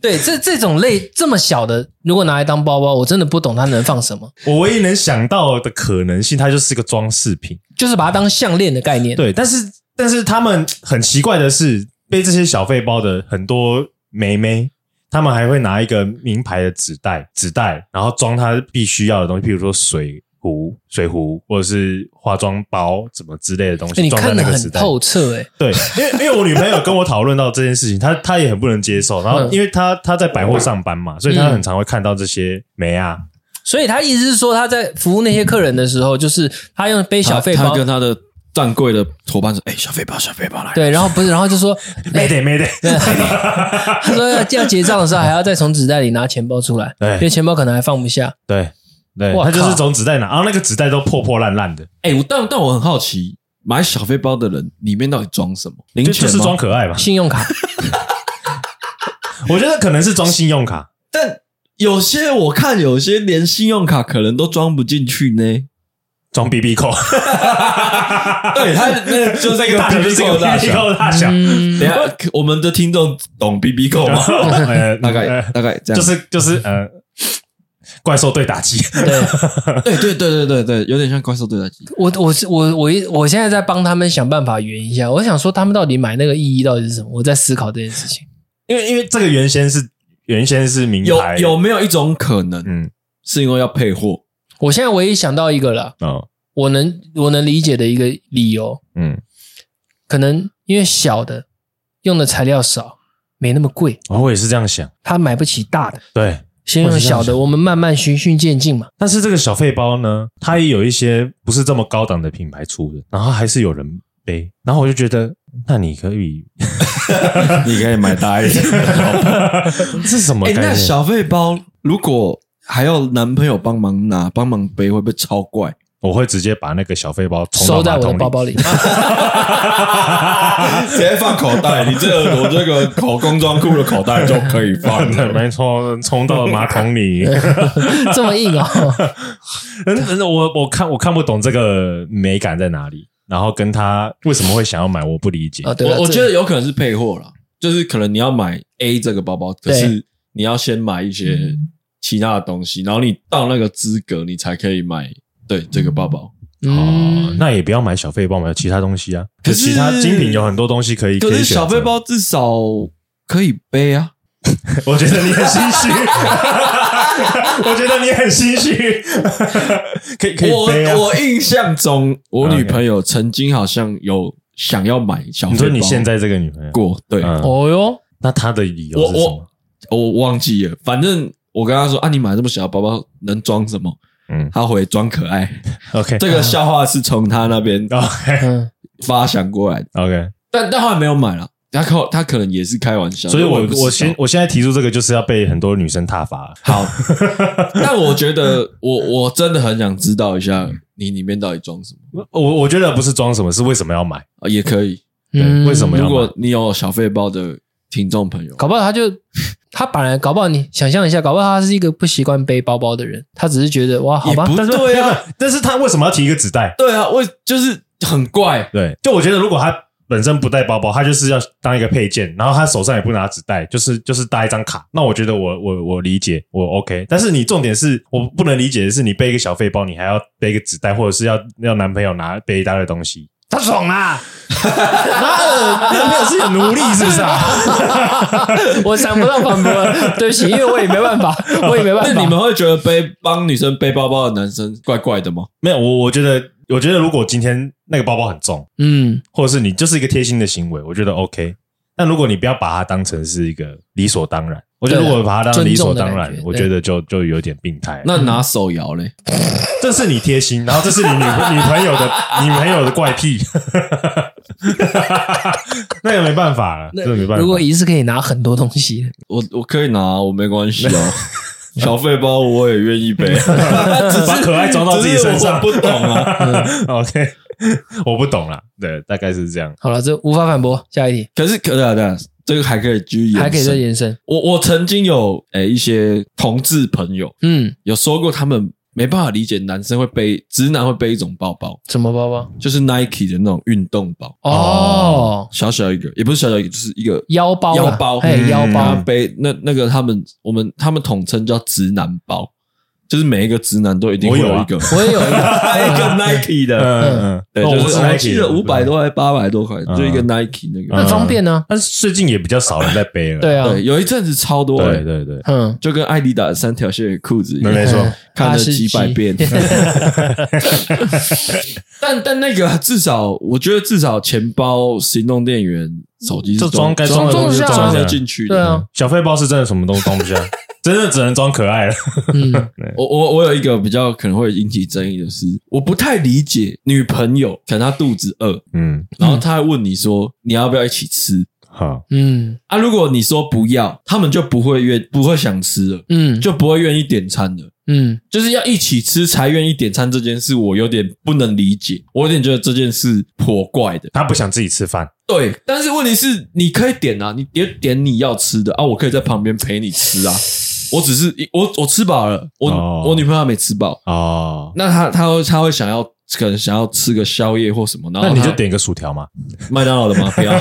对，这这种类这么小的，如果拿来当包包，我真的不懂它能放什么，
我唯一能想到的可能性，它就是个装饰品。
就是把它当项链的概念。
对，但是但是他们很奇怪的是，背这些小费包的很多妹妹，他们还会拿一个名牌的纸袋，纸袋，然后装她必须要的东西，譬如说水壶、水壶或者是化妆包什么之类的东
哎，
西，
你
装在
看
那
得
个纸
很
袋。
透彻，哎，
对，因为因为我女朋友跟我讨论到这件事情，她她也很不能接受。然后
嗯
因为她她在百货上班嘛，所以她
嗯
很常会看到这些梅啊，
所以他意思是说，他在服务那些客人的时候，就是他用背
啊
小费
他
包
他，跟他的站柜的伙伴说：“哎、小费包，小费包来。”
对，然后不是，然后就说，
没得没得，
他说要要结账的时候还要再从纸袋里拿钱包出来，
对
因为钱包可能还放不下。
对对，
哇
她就是
靠
从纸袋拿，然后那个纸袋都破破烂烂的，
哎、我但但我很好奇，买小费包的人里面到底装什么？零
就
钱
就
吗
是装，可爱吧。
信用卡，
我觉得可能是装信用卡，
但有些我看有些连信用卡可能都装不进去呢。
装 BB 扣，
对，他那个 就是那个
大小就是这
BB 扣
个
的大
BB
小。
扣大小，
等
嗯
一，下，可我们的听众懂 BB 扣吗？ 嗯
呃
大概
呃
大概这样，
就是就是呃，怪兽对打机，
对
对对对对对对，有点像怪兽对打机。
我我是我我一我现在在帮他们想办法圆一下，我想说他们到底买那个意义到底是什么？我在思考这件事情。
因为因为这个原先是原先是名
有
牌，
有没有一种可能，
嗯
是因为要配货？
我现在唯一想到一个了，
哦
我能我能理解的一个理由，
嗯
可能因为小的用的材料少，没那么贵，
哦，我也是这样想，
他买不起大的，
对。
先用小的，我们慢慢循序渐进嘛。
但是这个小费包呢，它也有一些不是这么高档的品牌出的，然后还是有人背，然后我就觉得，那你可以，
你可以买大一 点。
这是什么
哎、
概念？
那小费包如果还要男朋友帮忙拿、帮忙背，会不会超怪？
我会直接把那个小费包冲到
收在
马
我
桶里
的 包包里，
直接放口袋，你这个我这个口工装裤的口袋就可以放
对，没错，冲到马桶里。
这么硬哦。
嗯我我看我看不懂这个美感在哪里，然后跟他为什么会想要买，我不理解。
哦，对了，
我我
这
觉得有可能是配货啦，就是可能你要买 A 这个包包，可是你要先买一些其他的东西，然后你到那个资格，你才可以买对这个包包。
哦
嗯，，
那也不要买小费包，买其他东西啊。
可是
其他精品有很多东西可以，
可
可以
是
选择
小费，包至少可以背啊，
我觉得你很心 虚，我觉得你很心虚，可以可以背啊
我。我印象中，我
OK
女朋友曾经好像有想要买小
你
费包。
说你现在这个女朋友，
过？对，
嗯
哦哟，
那她的理由
我
是什么
我？我忘记了。反正我跟她说啊，你买这么小的包包能装什么？
嗯
她回装可 爱。
，OK
这个笑话是从她那 边
OK
嗯，
发想过来的，
OK，
但但后来没有买了。她可她可能也是开玩笑，
所以
我
我
也不知道
我现我现在提出这个就是要被很多女生挞伐了。
好。但我觉得我我真的很想知道一下
嗯
你里面到底装什么，
我我觉得不是装什么，是为什么要买？
啊也可以。
对
嗯
为什么要
如果你有小费包的听众朋友，
搞不好他就他本来搞不好你想象一下，搞不好他是一个不习惯背包包的人，他只是觉得哇，好
也
吧
不，
但是
对啊，
但是他为什么要提一个纸袋？
对啊，我就是很 怪，
对，就我觉得如果他本身不带包包，他就是要当一个配件，然后他手上也不拿纸袋，就是就是搭一张卡。那我觉得我我我理解，我 OK。但是你重点是我不能理解的是，你背一个小背包，你还要背一个纸袋，或者是要要男朋友拿背一大堆东西。他爽啊 啦！妈的，男朋友是有奴隶是不是啊？
我想不到反驳了，对不起，因为我也没办法，我也没办
那
法。
你们会觉得背帮女生背包包的男生怪怪的吗？
没有，我我觉得，我觉得如果今天那个包包很重，
嗯，
或者是你就是一个贴心的行为，我觉得 OK。但如果你不要把它当成是一个理所当然，我觉得
对
如
啊
果把它当成理所当
尊重的
然
感，觉
我觉得就就有点病态。
那拿手摇嘞？
这是你贴心，然后这是你女女朋友的女朋友的怪癖， 那也没办法了，
那
这没办法。
如果一次可以拿很多东西，
我我可以拿，我没关系 哦。小费包我也愿意背，只是
把可爱装到自己身上
只是我不懂 啊。
OK，我不懂啦，对，大概是这样。
好了，这无法反驳。下一题
可是可对啊对啊，这个还可以继续延伸，
还可以再延伸。
我我曾经有诶、一些同志朋友
嗯，
有说过，他们没办法理解男生会背直男会背一种包包，
什么包包？
就是 Nike 的那种运动包，
哦，
小小一个，也不是小小一个，就是一个
腰包啦，
腰包
哎，
嗯
腰
他
包
嗯，
背那那个他们我们他们统称叫直男包，就是每一个直男都一定会有一个、
我也有一
一个
个，
Nike
嗯
的，
嗯嗯，
对，
哦
就
我是
是我记
Nike
得
的
五百，多还八百多块，
嗯
就一个 Nike 那个，
很方便啊呢。
但是最近也比较少人在背了。
对啊，
对，有一阵子超多、
对
欸，
对对，
嗯，
就跟艾迪达的三条线的裤子一样
没。错
嗯
看了
哈士
几百
奇
遍 但但那个啊至少，我觉得至少钱包、行动电源、手机
这
是
装该
装
装
的东西
得
都
装
装
得
得
进去的。
对啊，
小费包是真的什么都装不 下，真的只能装可爱了。
嗯，
我我我有一个比较可能会引起争议的是，我不太理解女朋友，可能她肚子饿，
嗯，
然后她还问你说你要不要一起吃
好，
嗯
啊？如果你说不要，他们就不会愿不会想吃了，
嗯，
就不会愿意点餐了。
嗯
就是要一起吃才愿意点餐这件事，我有点不能理解，我有点觉得这件事颇怪的。
他不想自己吃饭，
对，但是问题是，你可以点啊，你点点你要吃的啊，我可以在旁边陪你吃啊。我只是我我吃饱了，我、
哦
我女朋友还没吃饱，
哦，
那她她会她会想要可能想要吃个宵夜或什么，然
那
后
你就
她
点个薯条嘛。
麦当劳的吗？ 不要，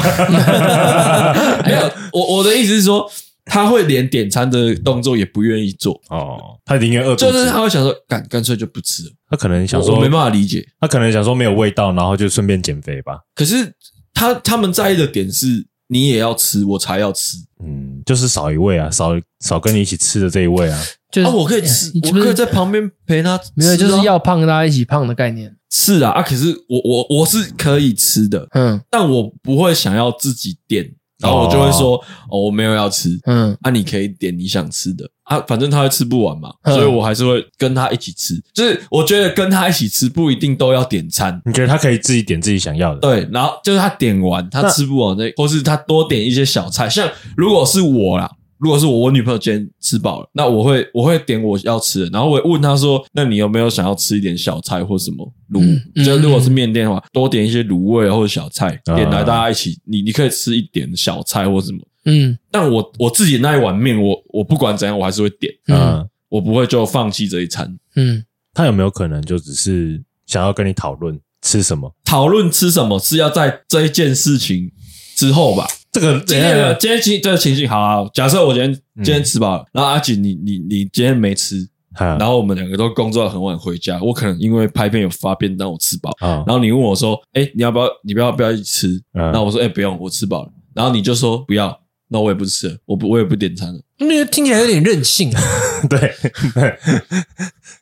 没有，我我的意思是说，她会连点餐的动作也不愿意做，
哦，他宁愿饿肚
就是
子，
她会想说，干干脆就不吃了，
他可能想
我
说
我没办法理解。
他可能想说没有味道，然后就顺便减肥吧。
可是他他们在意的点是，你也要吃，我才要吃。
嗯，就是少一位啊，少少跟你一起吃的这一位啊。
就是哎
啊，我可以吃
你，是
我
不是
可以在旁边陪他吃啊。
没有，就是要胖大家一起胖的概念。
是啊啊！可是我我我是可以吃的，
嗯
但我不会想要自己点，然后我就会说哦，我没有要吃。
嗯
啊，你可以点你想吃的啊，反正他会吃不完嘛，
嗯
所以我还是会跟他一起吃。就是我觉得跟他一起吃不一定都要点餐，
你觉得他可以自己点自己想要的？
对，然后就是他点完，他
那
吃不完那，或是他多点一些小菜。像如果是我啦，如果是我，我女朋友今天吃饱了，那我会我会点我要吃的，然后我会问她说：“那你有没有想要吃一点小菜或什么卤？
嗯
就
嗯
如果是面店的话，多点一些卤味或者小菜，
啊
点来大家一起，你你可以吃一点小菜或什么。
嗯
但我我自己那一碗面，我我不管怎样，我还是会点，
嗯
嗯，
我不会就放弃这一餐。
嗯，
他有没有可能就只是想要跟你讨论吃什么？
讨论吃什么是要在这一件事情之后吧。”
这个
今天的今天情这个情形好啊，假设我今天
嗯
今天吃饱了，然后阿锦你你你今天没吃，
啊
然后我们两个都工作到很晚回家，我可能因为拍片有发便当我吃饱，
啊
然后你问我说，哎、你要不要你不要不要一起吃？
嗯
那我说，哎、不用，我吃饱了。然后你就说不要，那我也不吃了，我不我也不点餐了。
那个听起来有点任性啊，
对，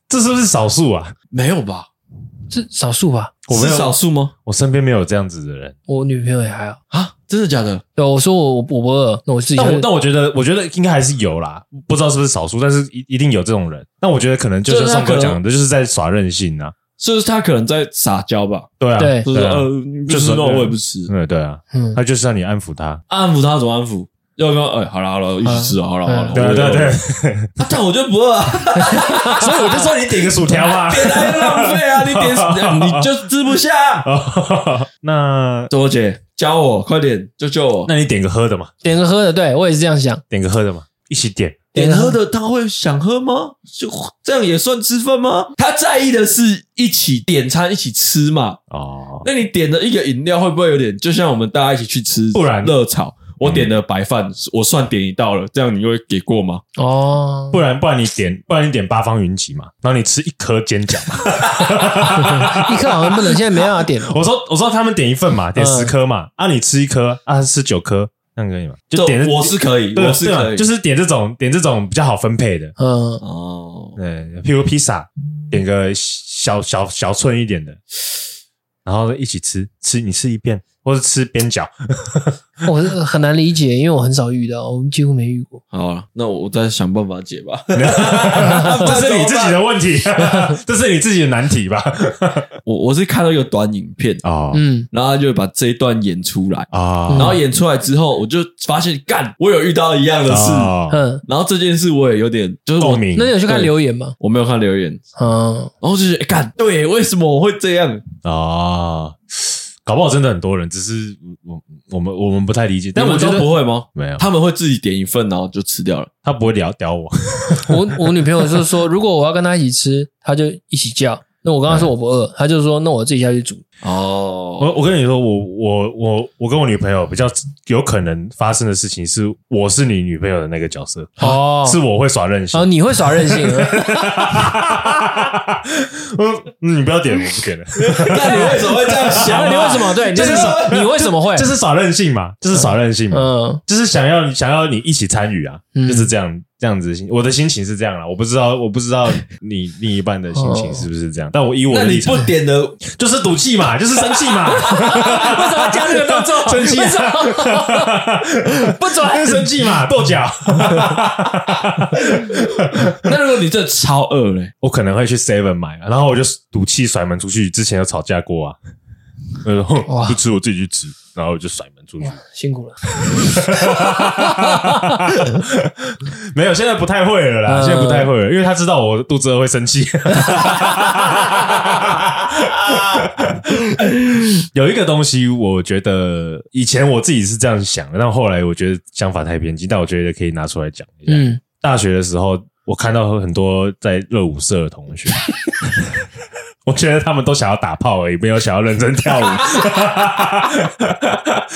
这是不是少数啊？
没有吧？
是少数吧？
我没
是
有
少数吗？
我身边没有这样子的人。
我女朋友也还好。
啊，真的假的？
对，我说我我不饿，那我自己
但
还
我
是
但我觉得，我觉得应该还是有啦，不知道是不是少数，但是一一定有这种人。但我觉得可能就
就是是他
宋
可
哥
能
讲的，就是在耍任性啊。
就是他可能在撒娇吧，
对啊，
对
就是
对啊
呃，你不
就
吃
是
那我也不吃。
嗯，对啊，
嗯
他就是让你安抚他。
安抚他怎么安抚？要不要？哎、好了好了，一起吃啊，好了好了。
嗯
对啊，
我
对啊，对啊，
啊但我就不饿啊。
所以我就说你点个薯 条嘛。
浪费啊！你点你就吃不下。
那
周姐，教我，快点救救我！
那你点个喝的嘛，
点个喝的，对我也是这样想。
点个喝的嘛，一起点。啊
点喝的他会想喝吗？就这样也算吃饭吗？他在意的是一起点餐一起吃嘛。
哦，
那你点了一个饮料，会不会有点就像我们大家一起去吃
不然嗯
热炒？我点了白饭，我算点一道了，这样你会给过吗？
哦，
不然不然你点，不然你点八方云集嘛，然后你吃一颗煎饺 嘛。
一颗好像不能，现在没办法点了。
我说我说他们点一份嘛，点十颗嘛，啊你吃一颗，啊吃九颗，这样可以吗？就点
这我是可以，
对
我是
对嘛
可以，
就是点这种点这种比较好分配的，
嗯，
哦，
嗯，譬如披萨，点个小小小寸一点的，然后一起吃，吃你吃一遍，或者吃边角，
我是很难理解，因为我很少遇到，我们几乎没遇过。
好了，那我再想办法解 吧。
这
这
是你自己的问题， 这是你自己的难题吧？
我我是看到一个短影片，
哦
嗯，
然后他就把这一段演出来，
啊
嗯然后演出来之后，我就发现干，我有遇到一样的事，
嗯，
然后这件事我也有点就是我
哦啊共鸣
那你有去看留言吗？
我没有看留言，
嗯，
然后就觉得诶哎干、对，为什么我会这样？
啊，搞不好真的很多人，只是我我们我们不太理解，但
你
我
们
觉
都
得
不会吗？
没有，他
他们会自己点一份，然后就吃掉了。
他不会聊屌我，
我我女朋友就是说，如果我要跟她一起吃，她就一起叫。那我刚刚说我不饿，她就说那我自己下去煮。
哦，
我我跟你说，我我我我跟我女朋友比较有可能发生的事情是，我是你女朋友的那个角色，
哦
是我会耍任性
哦，，你会耍任性，
我 嗯你不要点，我不点了，
那你为什么会这样想、
啊
啊？
你为什么？对，你
就是
你 为什么会
这？是耍任性嘛，这是耍任性嘛，
嗯
就是想要想要你一起参与啊，
嗯
就是这样这样子的心。我的心情是这样啦，我不知道我不知道你另一半的心
哦
情是不是这样，但我以我
那
的
你
立场
不，点的，
就是赌气嘛，就是生气 嘛，
为什么加这个动作？
生气
为什么 不准？
就是生气嘛，跺脚。
那如果你真的超饿嘞，
我可能会去 Seven 买，啊然后我就赌气甩门出去。之前有吵架过啊，然后
哇
不吃我自己去吃，然后我就甩门出去。
辛苦了，
没有，现在不太会了啦，
嗯
现在不太会了，因为他知道我肚子饿会生气。 有一个东西，我觉得以前我自己是这样想的，但后来我觉得想法太偏激，但我觉得可以拿出来讲一下。
嗯，
大学的时候，我看到很多在热舞社的同 学，我觉得他们都想要打炮而已，没有想要认真跳舞。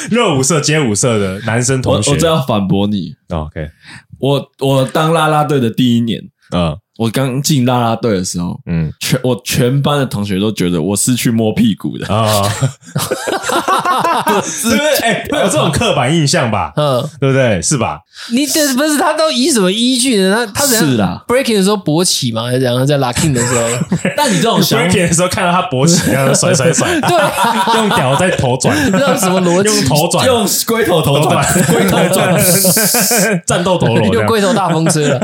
热舞社、街舞社的男生
我
同学，
我这要反驳你。
哦 OK，
我我当啦啦队的第一年，
嗯
我刚进啦啦队的时候，
嗯
全我全班的同学都觉得我是去摸屁股的，
啊，
是
对不对？哎，
啊
会有这种刻板印象吧？
嗯，
对不对？是吧？
你这不是他都以什么依据呢？他他怎样
是啦
breaking 的时候勃起嘛，还是怎样？在 locking 的时 候，
但你这种想
回
法，
帖的时候看到他勃起，然后甩甩甩，
对啊，
用屌在头转，
不知道什么逻
用
辑，
头转，
用龟头头
头
转，
转，
龟头转，
战斗陀螺这
用
样，
龟头大风车了，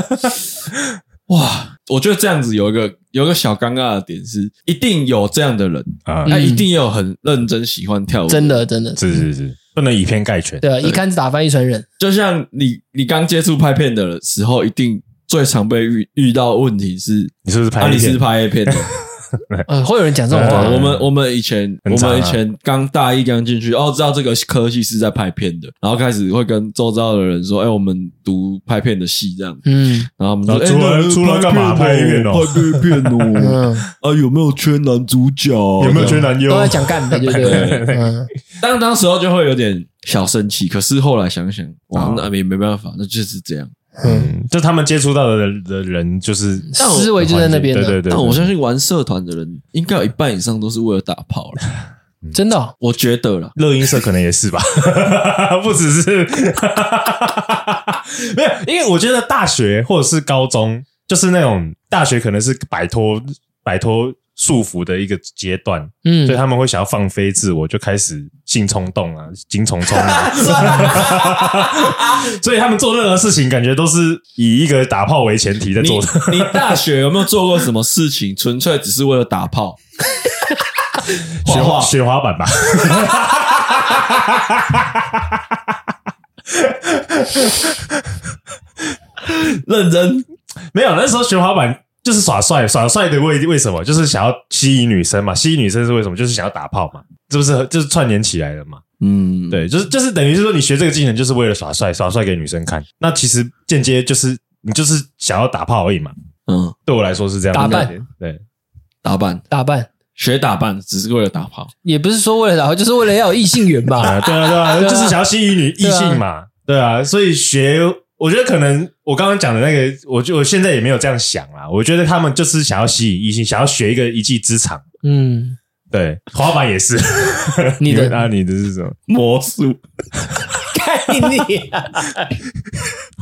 哇！我觉得这样子有一个有一个小尴尬的点是，一定有这样的人，
啊
他
嗯
一定也有很认真喜欢跳舞。
真，的真的，
是是是，不能以偏概全。
对啊，一竿子打翻一船人，
就像你你刚接触拍片的时候，一定最常被遇遇到的问题是，
你是不是拍
啊，
一
你
片
是拍 A 片 的。哦
嗯，会有人讲这种
对
话
啊
对，我们我们以前、
很
我
常啊
们以前刚大一刚进去，哦，知道这个科系是在拍片的，然后开始会跟周遭的人说，哎、我们读拍片的系这样，
嗯
然后我们就
然后
哎
出来
那
出来干嘛
拍片哦，拍 片哦，
嗯，
啊，有没有缺男主角？有
没有缺男优
都在讲干的，就对了，嗯，
当当时候就会有点小生气，可是后来想想，哇
啊，
那也没办法，那就是这样。
嗯，就他们接触到的人的人，就是
但我
思维就在那边
对
的，
对对。
但我相信玩社团的人，应该有一半以上都是为了打炮了，
嗯
真的哦，
我觉得啦。
乐音社可能也是吧， 不只是 没有，因为我觉得大学或者是高中，就是那种大学可能是摆脱摆脱束缚的一个阶段，
嗯
所以，他们会想要放飞自我，就开始性冲动啊，精虫冲啊， 所以他们做任何事情，感觉都是以一个打炮为前提在
你
做的。
你大学有没有做过什么事情，纯粹只是为了打 炮？
雪
画
滑
画
雪滑板吧，
认真
没有那时候雪滑板就是耍帅，耍帅的为为什么？就是想要吸引女生嘛，吸引女生是为什么？就是想要打炮嘛，这不是就是串联起来的嘛？
嗯，
对，就是就是等于是说，你学这个技能就是为了耍帅，耍帅给女生看。那其实间接就是你就是想要打炮而已嘛。
嗯，
对我来说是这样
打
的
扮
概念，对，
打扮
打扮，
学打扮只是为了打炮，
也不是说为了打，就是为了要有异性缘吧。
啊，对啊，对啊，
对啊
就是想要吸引女异性嘛，对啊，所以学，我觉得可能我刚刚讲的那个，我就我现在也没有这样想啦。我觉得他们就是想要吸引异性，想要学一个一技之长。
嗯，
对，滑板也是。
你的
们啊， 你的是什么？
魔 术
看你、啊，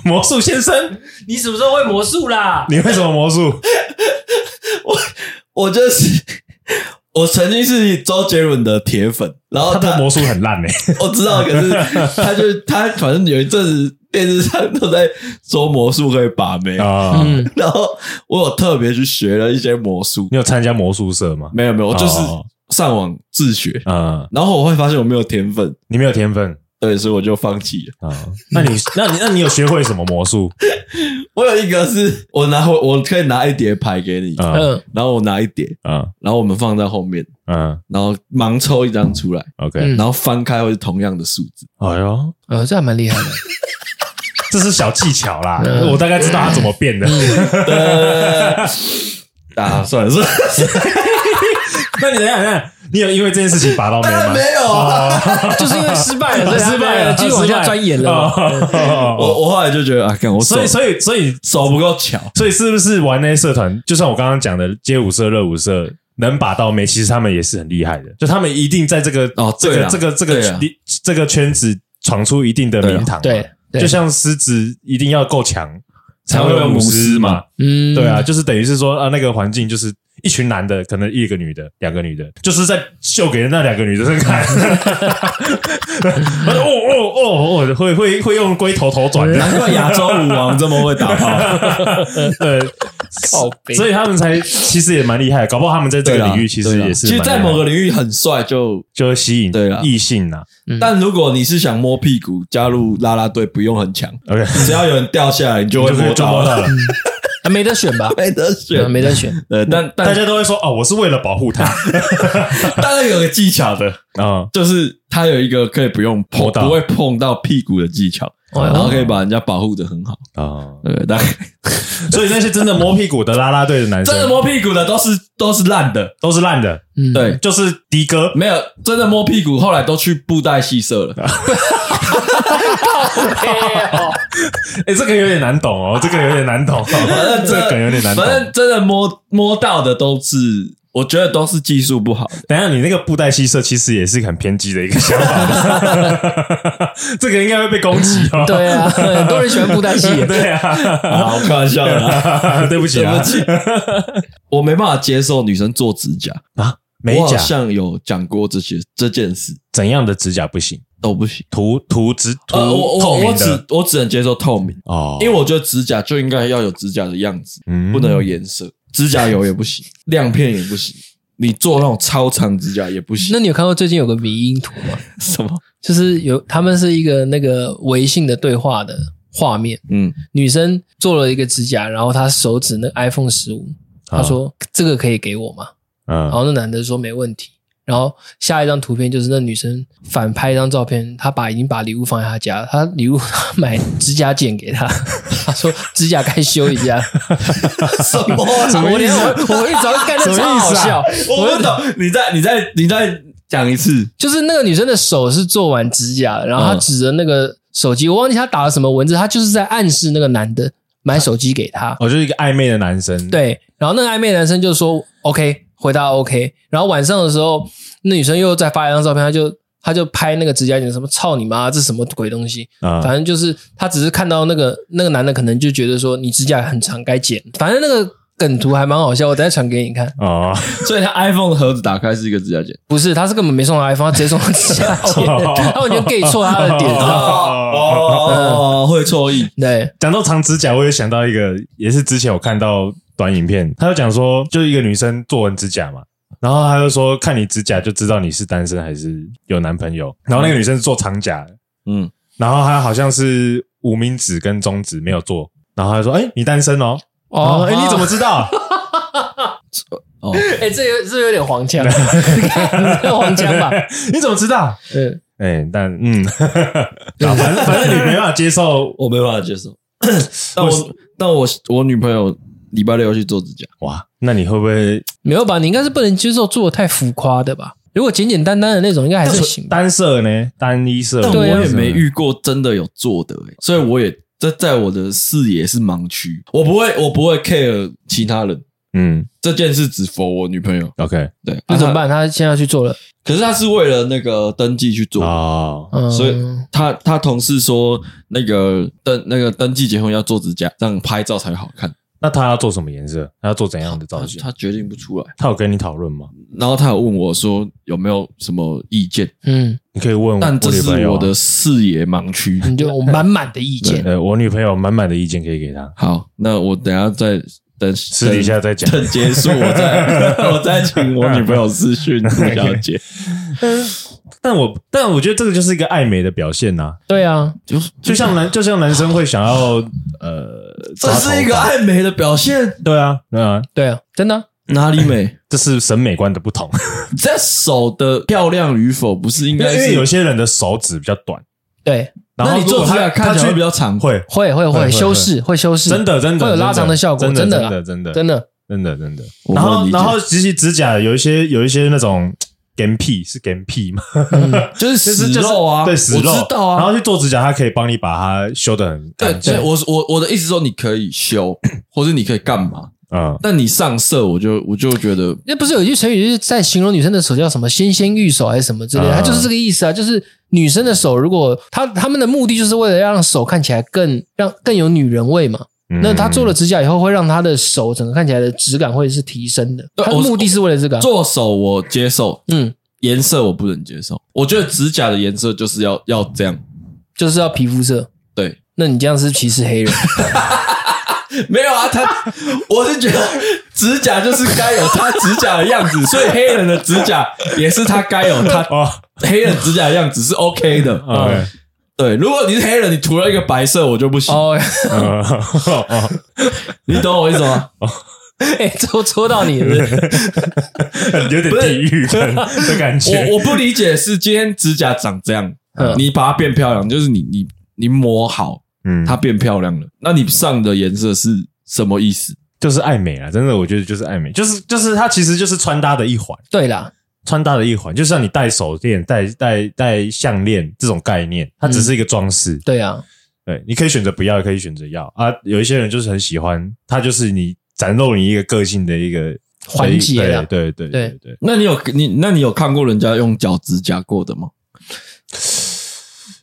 魔术先生，
你什么时候会魔术啦？
你会什么魔术？
我就是我曾经是周杰伦的铁粉，然
哦
后
他的
啊
他
魔术很烂欸诶、
我知道，可是他就他反正有一阵子电视上都在说魔术可以把妹，
啊、
嗯，
然后我有特别去学了一些魔术，
你有参加魔术社吗？
没有没有，我就是
哦
上网自学，
啊、
然后我会发现我没有天分，
你没有天分
对，所以我就放弃了。
啊、那你那你那你有学会什么魔术
我有一个是我拿回，我可以拿一叠牌给你，
啊
嗯，
然后我拿一叠，
啊
然后我们放在后面，
啊
然后盲抽一张出来，
？OK，、
嗯
然后翻开会是同样的数 字。
哎呦，
呃，这还蛮厉害的。
这是小技巧啦，
嗯
我大概知道他怎么变的。
啊，算了算了，
那你等一下，等一下，你有因为这件事情拔到眉
当然
吗？
没有啊。
哦，
就是因为失败了，所以他
失败了，啊
继续往
失败
下
了
钻研了嘛。
哦
我我后来就觉得啊，干我手
所以，所以，所以，
手不够巧，
所以，是不是玩那些社团，就像我刚刚讲的街舞社、热舞社，能把到眉，其实他们也是很厉害的，就他们一定在这个
哦
这
对
个
啦
这个这个
对啦
圈这个圈子闯出一定的名堂嘛。
对，啊对
就像狮子一定要够强才会
才会
有
有
舞
舞
狮
狮
嘛
嘛。
嗯，
对啊，，就是等于是说啊，那个环境就是一群男的，可能一个女的，两个女的，就是在秀给那两个女生看。 我说哦哦哦哦，会会会用龟头头转的，
难怪亚洲舞王这么会打炮。
对，
靠背
所以他们才其实也蛮厉害，搞不好他们在 这
对
个
啦
领域其实
对啦啊
也是
其
蛮厉
实，
害，
在某个领域很帅就。
就会吸引
对啦啊
异性啊呐。
但如果你是想摸屁股，加入啦啦队不用很强，
OK，
只要有人掉下嗯来，你就会
就可以
摸
就
到
摸到
了，
了，
啊没得选吧？
没得
嗯
选。
没得选。
呃，但
大
但
家都会说哦，我是为了保护他
当然有个技巧的，
啊。
就是他有一个可以不用碰
摸，到
不会碰到屁股的技巧，
哦
然后可以把人家保护的很好。
啊，
对，大概
所以那些真的摸屁股的啦啦队的男
真的
生
摸屁股的都是都是烂的，
都是烂的，
嗯，
对，
就是的哥
没有真的摸屁股，后来都去布袋戏社了。
哎、这个有点难懂哦，这个有点难懂、
反正
这个梗有点难懂
反。正真的摸摸到的都是，我觉得都是技术不好的。
等一下，你那个布袋戏社其实也是很偏激的一个想法， 这个应该会被攻击 哦。
对啊， 很多人喜欢布袋戏。
对
啊，我开玩笑的啦，
啊，对不起
对
啊
不，起， 我没办法接受女生做指甲，
美
我好
甲
像有讲过这些这件事
怎样的指甲不行？
都不行。
涂涂指涂
呃，我
透
我我
明
只
的
我只能接受透明，
哦，
因为我觉得指甲就应该要有指甲的样子，
嗯
不能有颜色，指甲油也不行，亮片也不行。你做那种超长指甲也不行
那，你有看过最近有个迷因图吗？
什么？
就是有他们是一个那个微信的对话的画面，
嗯，
女生做了一个指甲，然后她手指那个 iPhone 十五，
啊
她说、这个可以给我吗？
嗯
然后那男的说没问题。然后下一张图片就是那女生反拍一张照片，她把已经把礼物放在她家，她礼物她买指甲剪给她， 她说指甲该修一下。
什么 啊？
我我我我一早干
什
的
么
超好
意思啊
笑，
我不懂，你再你再你再讲一次，
就是那个女生的手是做完指甲的，然后她
嗯
指着那个手机，我忘记她打了什么文字，她就是在暗示那个男的买手机给她。
哦我就是一个暧昧的男生，，
对，然后那个暧昧男生就说 OK，回答 OK。然后晚上的时候，那女生又再发一张照片，她就她就拍那个指甲剪，什么操你妈，这什么鬼东西？
啊、
反正就是她只是看到那个那个男的，可能就觉得说你指甲很长，该剪。反正那个梗图还蛮好笑，我等一下传给你看。
哦，
所以他 iPhone 的盒子打开是一个指甲剪。
不是，他是根本没送她 iPhone，他直接送她指甲剪，
哦
他完全 gay 错她的点，你知道吗
哦，会错意，
对，
讲到长指甲，我也想到一个，也是之前我看到短影片，他就讲说，就是一个女生做完指甲嘛，然后他就说，看你指甲就知道你是单身还是有男朋友。然后那个女生是做长甲的，
嗯，
然后她好像是无名指跟中指没有做，然后他就说，哎、你单身哦？哦，哎、你怎么 知道？
哦，
哎、这有这有点黄腔，你看这黄腔吧？
你怎么知道？
嗯，
哎、但嗯， 啊反正反正你没办法接受
我没办法接受。 但我但我我女朋友礼拜六要去做指甲，
哇，那你会不会
没有吧？你应该是不能接受做的太浮夸的吧？如果简简单单的那种，应该还是行吧。
单色呢？单一色？
但我
对啊
也没遇过真的有做的、欸，所以我也这在我的视野是盲区，我不会我不会 care 其他人
嗯
这件事，只否我女朋友。
，OK
对，
那
啊
怎么？
她
办？他现在要去做了，
可是她是为了那个登记去做的，
哦，
嗯，
所以她她同事说那个登那个登记结婚要做指甲，这样拍照才好看。
那他要做什么颜色？他要做怎样的造
她
型？
她决定不出来，
他有跟你讨论吗？
然后她有问我说有没有什么意见，
嗯，
你可以问
但这
我女朋
是
友啊
我的视野盲区。
你就我满满的意见。
呃，我女朋友满满的意见可以给他，
好，那我等一下再等
私底下再讲。
等结束，我 再我再请我女朋友私讯吴小姐。
但我但我觉得这个就是一个爱美的表现呐、
对啊，
就是
就像男 就像男生会想要呃，
这是一个
扎头
爱美的表现，
发对啊，对啊，
对啊，真的啊、
哪里美？
这是审美观的不同，
这手的漂亮与否，不是应
因
该
为因为有
是？
些人的手指比较短，
对，
然
那
后
你做
如
指
果他
甲看起来
他
会
去
比较长，
会
会会
会
会
会
修饰，会修饰，
真的真的
会有拉
真
长的效果，
真
真
的
的啦
真的真
真
的
的。
真的真的。
啊我
然
不能
后
理解
然后其实指甲有一些有一些那种 game 屁是 game 屁嘛，
嗯
就是
就是
死
就是
肉啊，
对死肉
我知道啊。
然后去做指甲，它可以帮你把它修的很
对
干净
对，，我我我的意思说，你可以修，或者你可以干嘛？
嗯，
但你上色，我就我就觉得
那不是有一句成语，就是在形容女生的手叫什么“纤纤玉手”还是什么之类的，
啊
它就是这个意思啊。就是女生的手，如果她她们的目的就是为了让手看起来更让更有女人味嘛。
嗯
那她做了指甲以后，会让她的手整个看起来的质感会是提升的。
对
她的
我
目的是为了这个啊、
做手我接受，
嗯，
颜色我不能接受。我觉得指甲的颜色就是要要这样，
就是要皮肤色。
对，
那你这样是歧视黑人，
没有啊，他，我是觉得指甲就是该有他指甲的样子，所以黑人的指甲也是他该有 他
哦
黑人指甲的样子是 OK 的。
嗯
，OK，
对，如果你是黑人，你涂了一个白色，我就不行。
哦，
嗯 哦
你懂我意思 吗？
哎、戳戳到你了 是不是，
有点地狱感的感觉
我。我不理解是今天指甲长这样
嗯，
你把它变漂亮，就是你你你磨好，
嗯，
它变漂亮了，那你上的颜色是什么意思？
就是爱美啊，真的，我觉得就是爱美，就是就是它其实就是穿搭的一环，
对啦，
穿搭的一环，就像你戴手链、戴戴戴项链这种概念，它只是一个装饰。
嗯
对啊，
对，你可以选择不要，也可以选择要啊。有一些人就是很喜欢，他就是你展露你一个个性的一个
环节啊
对对对
对
对，
那你有你那你有看过人家用脚指甲过的吗？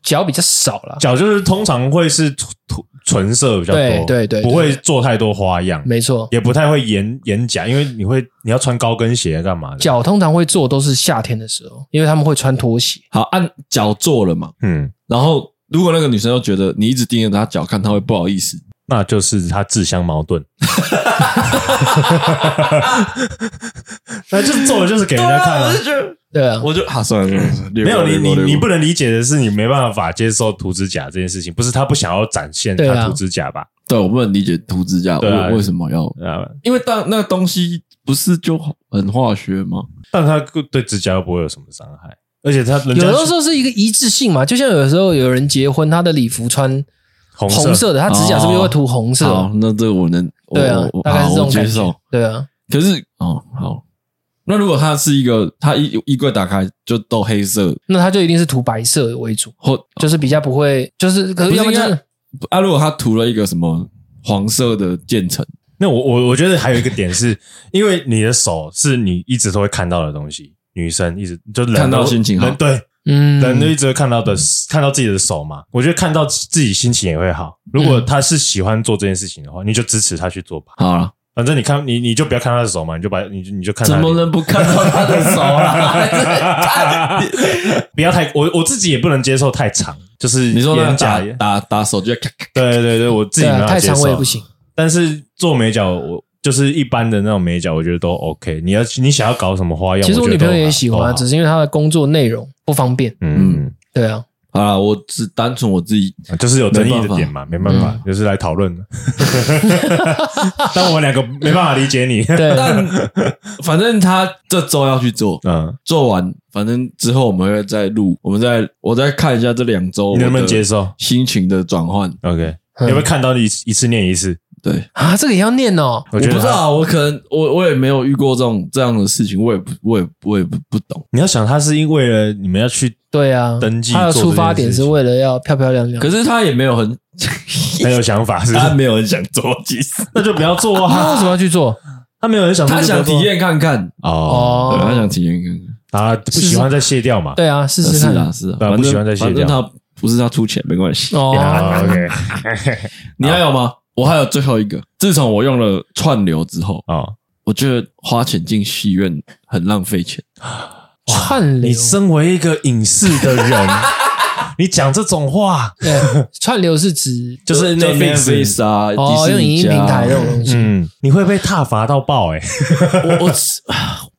脚比较少啦，
脚就是通常会是涂涂纯色比较多，
对对对对
不会做太多花样，
没错。
也不太会演演甲，因为你会你要穿高跟鞋干嘛的？
脚通常会做都是夏天的时候，因为他们会穿拖鞋。
好，按脚做了嘛，
嗯，
然后如果那个女生又觉得你一直盯着她脚看，她会不好意思。
那就是他自相矛 盾。那就做的就是给人家看啊，
对啊，
我就啊，算了算了算了，略
没有
过
你
略过
你你
略过
不能理解的是，你没办法接受涂指甲这件事情，不是他不想要展现
对啊
他涂指甲吧？
对我不能理解涂指甲
对啊
为为什么要，
啊，
因为当那个东西不是就很化学吗？
但他对指甲又不会有什么伤害，而且他人
有
家
的时候是一个一致性嘛，就像有时候有人结婚，他的礼服穿
红色
红色哦的，他指甲是不是会涂红色？
好，那这个我能我
对啊
我，
大概是
好
这种
我接
感
受
觉。。对啊，
可是哦好，那如果它是一个，它衣衣柜打开就都黑色，
那他就一定是涂白色为主，
或
就是比较不会，就是可
不
是要
应
么就
该
是
啊，如果它涂了一个什么黄色的渐层，
那我我我觉得还有一个点是，因为你的手是你一直都会看到的东西，女生一直就人都
看到心情好
人对
嗯，
人就一直会看到的，看到自己的手嘛。我觉得看到自己心情也会好。如果
嗯
他是喜欢做这件事情的话，你就支持他去做吧。
好了，
反正你看你你就不要看他的手嘛，你就把你就你就看他
怎
的
么能不看到他的手 啦？
不要太，我我自己也不能接受太长，就是
你说那
眼
个
甲
打
也，
打打手就咔咔
对对对，我自己
对
没
啊，
办法
太
接
长我也
受
不。行。
但是做美甲，我就是一般的那种美甲，我觉得都 OK。你要你想要搞什么花样，
其实
我
我
觉
女
得都
朋友也
好
喜
都
欢啊，
好
只是因为她的工作内容不方便。
嗯，
对啊，
啊，我只单纯我自己
啊就是有争议的点嘛，没办法，
嗯
就是来讨论的。 但我们两个没办法理解你。
对，
但反正他这周要去做，
嗯，
做完反正之后我们会再录，我们再我再看一下这两周
你能不能接
受
受
心情的转换。
？OK，
嗯
你会看到一一次念一次？
对，
啊，这个也要念 哦。
我
觉
不
得啊
知
他
道，我可能我我也没有遇过这种这样的事情，我也不我也我也不不懂。
你要想，他是因为了你们要去，
对啊，
登记
他的
做
出
这
发
件
点
事
是
情
为了要漂漂亮亮。
可是他也没有很，
很有想法，是 不
他
是？
没有很想做，其实
那就不要做
他
啊
为！什么要去做？
他没有人想做
他
就不要
想
做，
体验看看，
哦，
对，
哦，
他想体验看看。
啊，不喜欢再卸掉嘛。
对啊，试试
是
看。
啊是啊，
对啊
反
不喜欢
正
再卸
反正
掉
他不是他出钱没关系。
啊
哦，
，OK，
你还有吗？我还有最后一个，自从我用了串流之后，
哦，
我觉得花钱进戏院很浪费钱。
串流
你，身为一个影视的人，你讲这种话，
对 串流是指
就是
就
Netflix，
Netflix 啊，
哦，
迪士
用影
尼
音
家
平台这种东西。
嗯，你会被踏伐到爆哎。
我我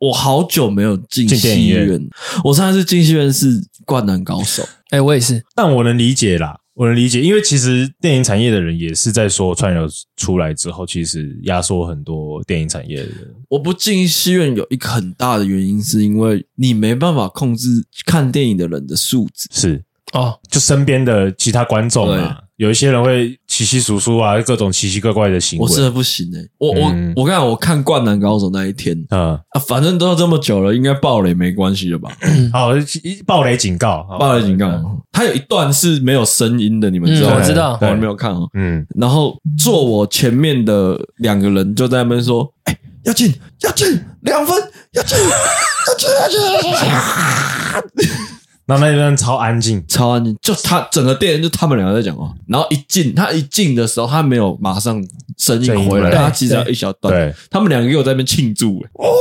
我好久没有进
进电影
戏
院
院，我上一次进戏院是《灌篮高手》，
哎，我也是，
但我能理解啦，我能理解，因为其实电影产业的人也是在说串流出来之后，其实压缩很多电影产业的人。
我不进戏院有一个很大的原因，是因为你没办法控制看电影的人的素质。
是，
哦，
就身边的其他观众啊，有一些人会稀稀疏疏啊，各种奇奇怪怪的行为。
我真的不行哎、我我、
嗯
我看我看《灌篮高手》那一天
嗯，
啊，反正都这么久了，应该爆雷没关系了吧？
好，一暴雷警告，好嗯
爆雷警告。它有一段是没有声音的，你们知道吗？
嗯我知道
我还没有看哦。
嗯，
然后坐我前面的两个人就在那边说：“哎、要进，要进，两分，要进， 要进，要进要进！”
那那边超安静，
超安静，就他整个电影就他们两个在讲话。然后一进，他一进的时候，他没有马上声
声
音
音
回来，
回来
他其实要一小段。
对，
他们两个又在那边庆祝、欸，哦。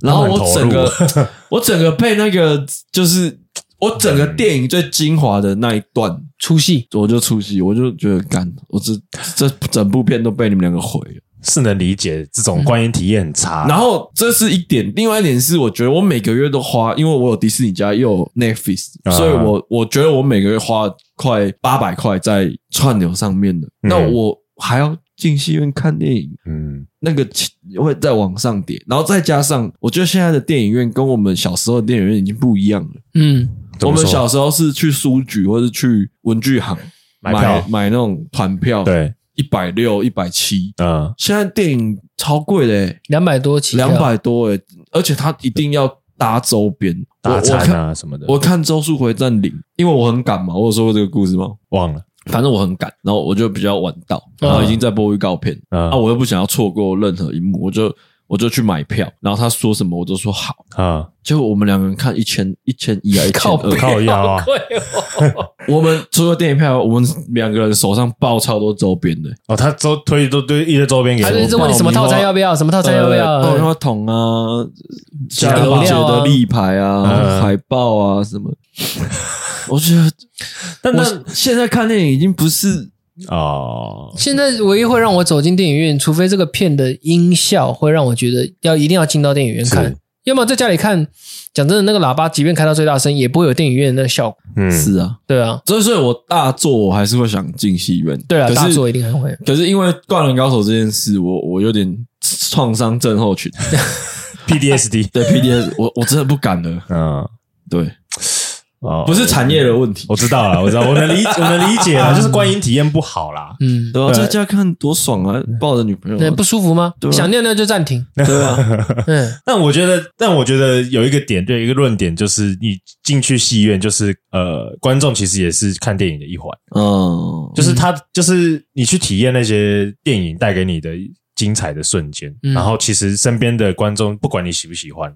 然后我整
他们很
个， 我整个被那个，就是我整
嗯
个电影最精华的那一段，
出戏。
我就出戏，我就觉得干，我这这整部片都被你们两个毁了。
是能理解这种观影体验很差。
然后这是一点，另外一点是，我觉得我每个月都花，因为我有迪士尼家，又有 Netflix，、
啊
所以我我觉得我每个月花快八百块在串流上面的，
嗯
那我还要进戏院看电影，
嗯，
那个钱会再往上叠，然后再加上，我觉得现在的电影院跟我们小时候的电影院已经不一样了。
嗯，
怎
我
么说
们小时候是去书局或是去文具行
买票
买那种团票，，
对，
一百六、一百七。
嗯，
现在电影超贵的、欸，
两百多起，啊
两，百多诶、而且他一定要搭周边
打
我我
餐
看
啊什么的，
我看《周速回战零》，因为我很赶嘛，我有说过这个故事吗？
忘了。
反正我很赶，然后我就比较晚到，然后已经在播预告片，
嗯
啊，我又不想要错过任何一幕，我就我就去买票，然后他说什么我都说好，
啊，
结果我们两个人看一千一千一啊一千
靠
二
背，
靠腰啊
好贵哦。
我们除了电影票，我们两个人手上抱超多周边的、
哦，他周推都堆一堆周 边给
啊他就一直
我，哦
问你什么套餐要不要，什么套餐要不
呃
要？
爆米花桶啊，
加
加
油
油节
料啊
的立牌啊，
嗯
海报啊什么。我觉得，
但
我
但
现在看电影已经不是
哦，
现在唯一会让我走进电影院，除非这个片的音效会让我觉得要一定要进到电影院看
是，
要么在家里看。讲真的，那个喇叭即便开到最大声，也不会有电影院的那个效果。
嗯，
是啊，
对啊，
所以所以我大作我还是会想进戏院。
对啊，
可是
大作一定还会。
可是因为《灌篮高手》这件事，我我有点创伤症候群，
PDSD，
对 PDS，我我真的不敢了。
嗯，
对，
哦，
不是产业的问题，
我知道了，我知道，我能理，我能理解了，就是观影体验不好啦。
嗯，
对吧、在家看多爽啊，抱着女朋友
那
啊，
不舒服吗
对？啊
想尿尿就暂停。
对啊，
嗯，
但我觉得，但我觉得有一个点，对一个论点，就是你进去戏院，就是呃，观众其实也是看电影的一环，
嗯，
就是他，就是你去体验那些电影带给你的精彩的瞬间，
嗯
然后其实身边的观众，不管你喜不喜欢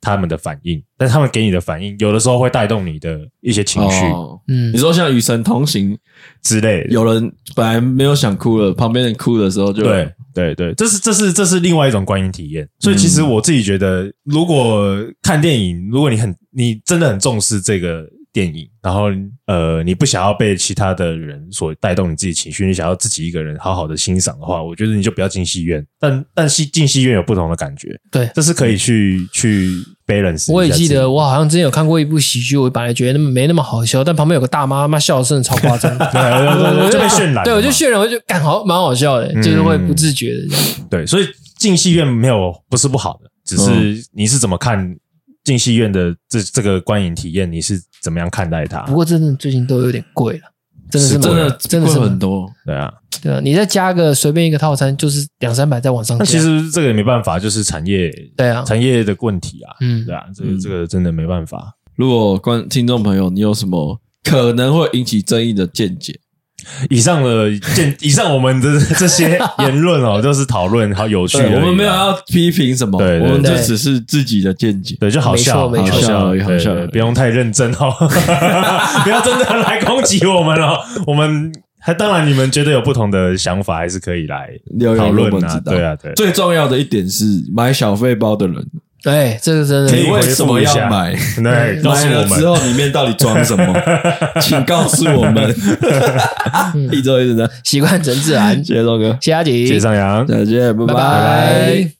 他们的反应，但他们给你的反应，有的时候会带动你的一些情绪
哦
嗯
你，说像《与神同行》，
之类的。
有人本来没有想哭了，旁边人哭的时候就
对对对，这是这是这是另外一种观影体验。所以其实我自己觉得，如果看电影，如果你很你真的很重视这个电影，然后呃，你不想要被其他的人所带动你自己情绪，你想要自己一个人好好的欣赏的话，我觉得你就不要进戏院。但但戏进戏院有不同的感觉，
对
这是可以去去 balance。
我也记得，，我好像之前有看过一部喜剧，我本来觉得没那么好笑，但旁边有个大妈，妈笑得真的超 夸张，
对对对对就被渲染了
对我就
嘛
渲染，我就感好蛮好笑的，就是会不自觉的这样。
对，所以进戏院没有不是不好的，只
嗯
是你是怎么看进戏院的这这个观影体验，你是怎么样看待它
不？过真的最近都有点贵了，真的是
是
嗯真
蛮
的
真的是
贵
蛮
很多，
对啊，
对啊，你再加个随便一个套餐就是两三百，再往上加。
那其实这个也没办法，就是产业
对啊，
产业的问题啊，
嗯
对，啊，这个
嗯
这个真的没办法。
如果观听众朋友，你有什么可能会引起争议的见解，
以上的见，以上我们的这 些言论哦，就是讨论好有趣而已
对，
啊，
我们没有要批评什么，
对对
我们这
对
只是自己的见解。
对，就好笑，
没错没错
好笑
好笑
对
好笑
对不用太认真哦， 不要真的来攻击我们哦。我们还当然，你们觉得有不同的想法，还是可以来
留言
讨
让我
论
们
啊
知，道
对啊，对。
最重要的一点是，买小费包的人，
哎，这个真
可以
你
回
的
为
复
什么
一下
要买？
对，告
买
诉我
了之
们，
后里面到底装什 么？请告诉我们。 一周一直的，
习惯成自然。
谢谢龙哥，
谢谢阿吉，
谢谢上扬，
再见，拜
拜
拜
拜。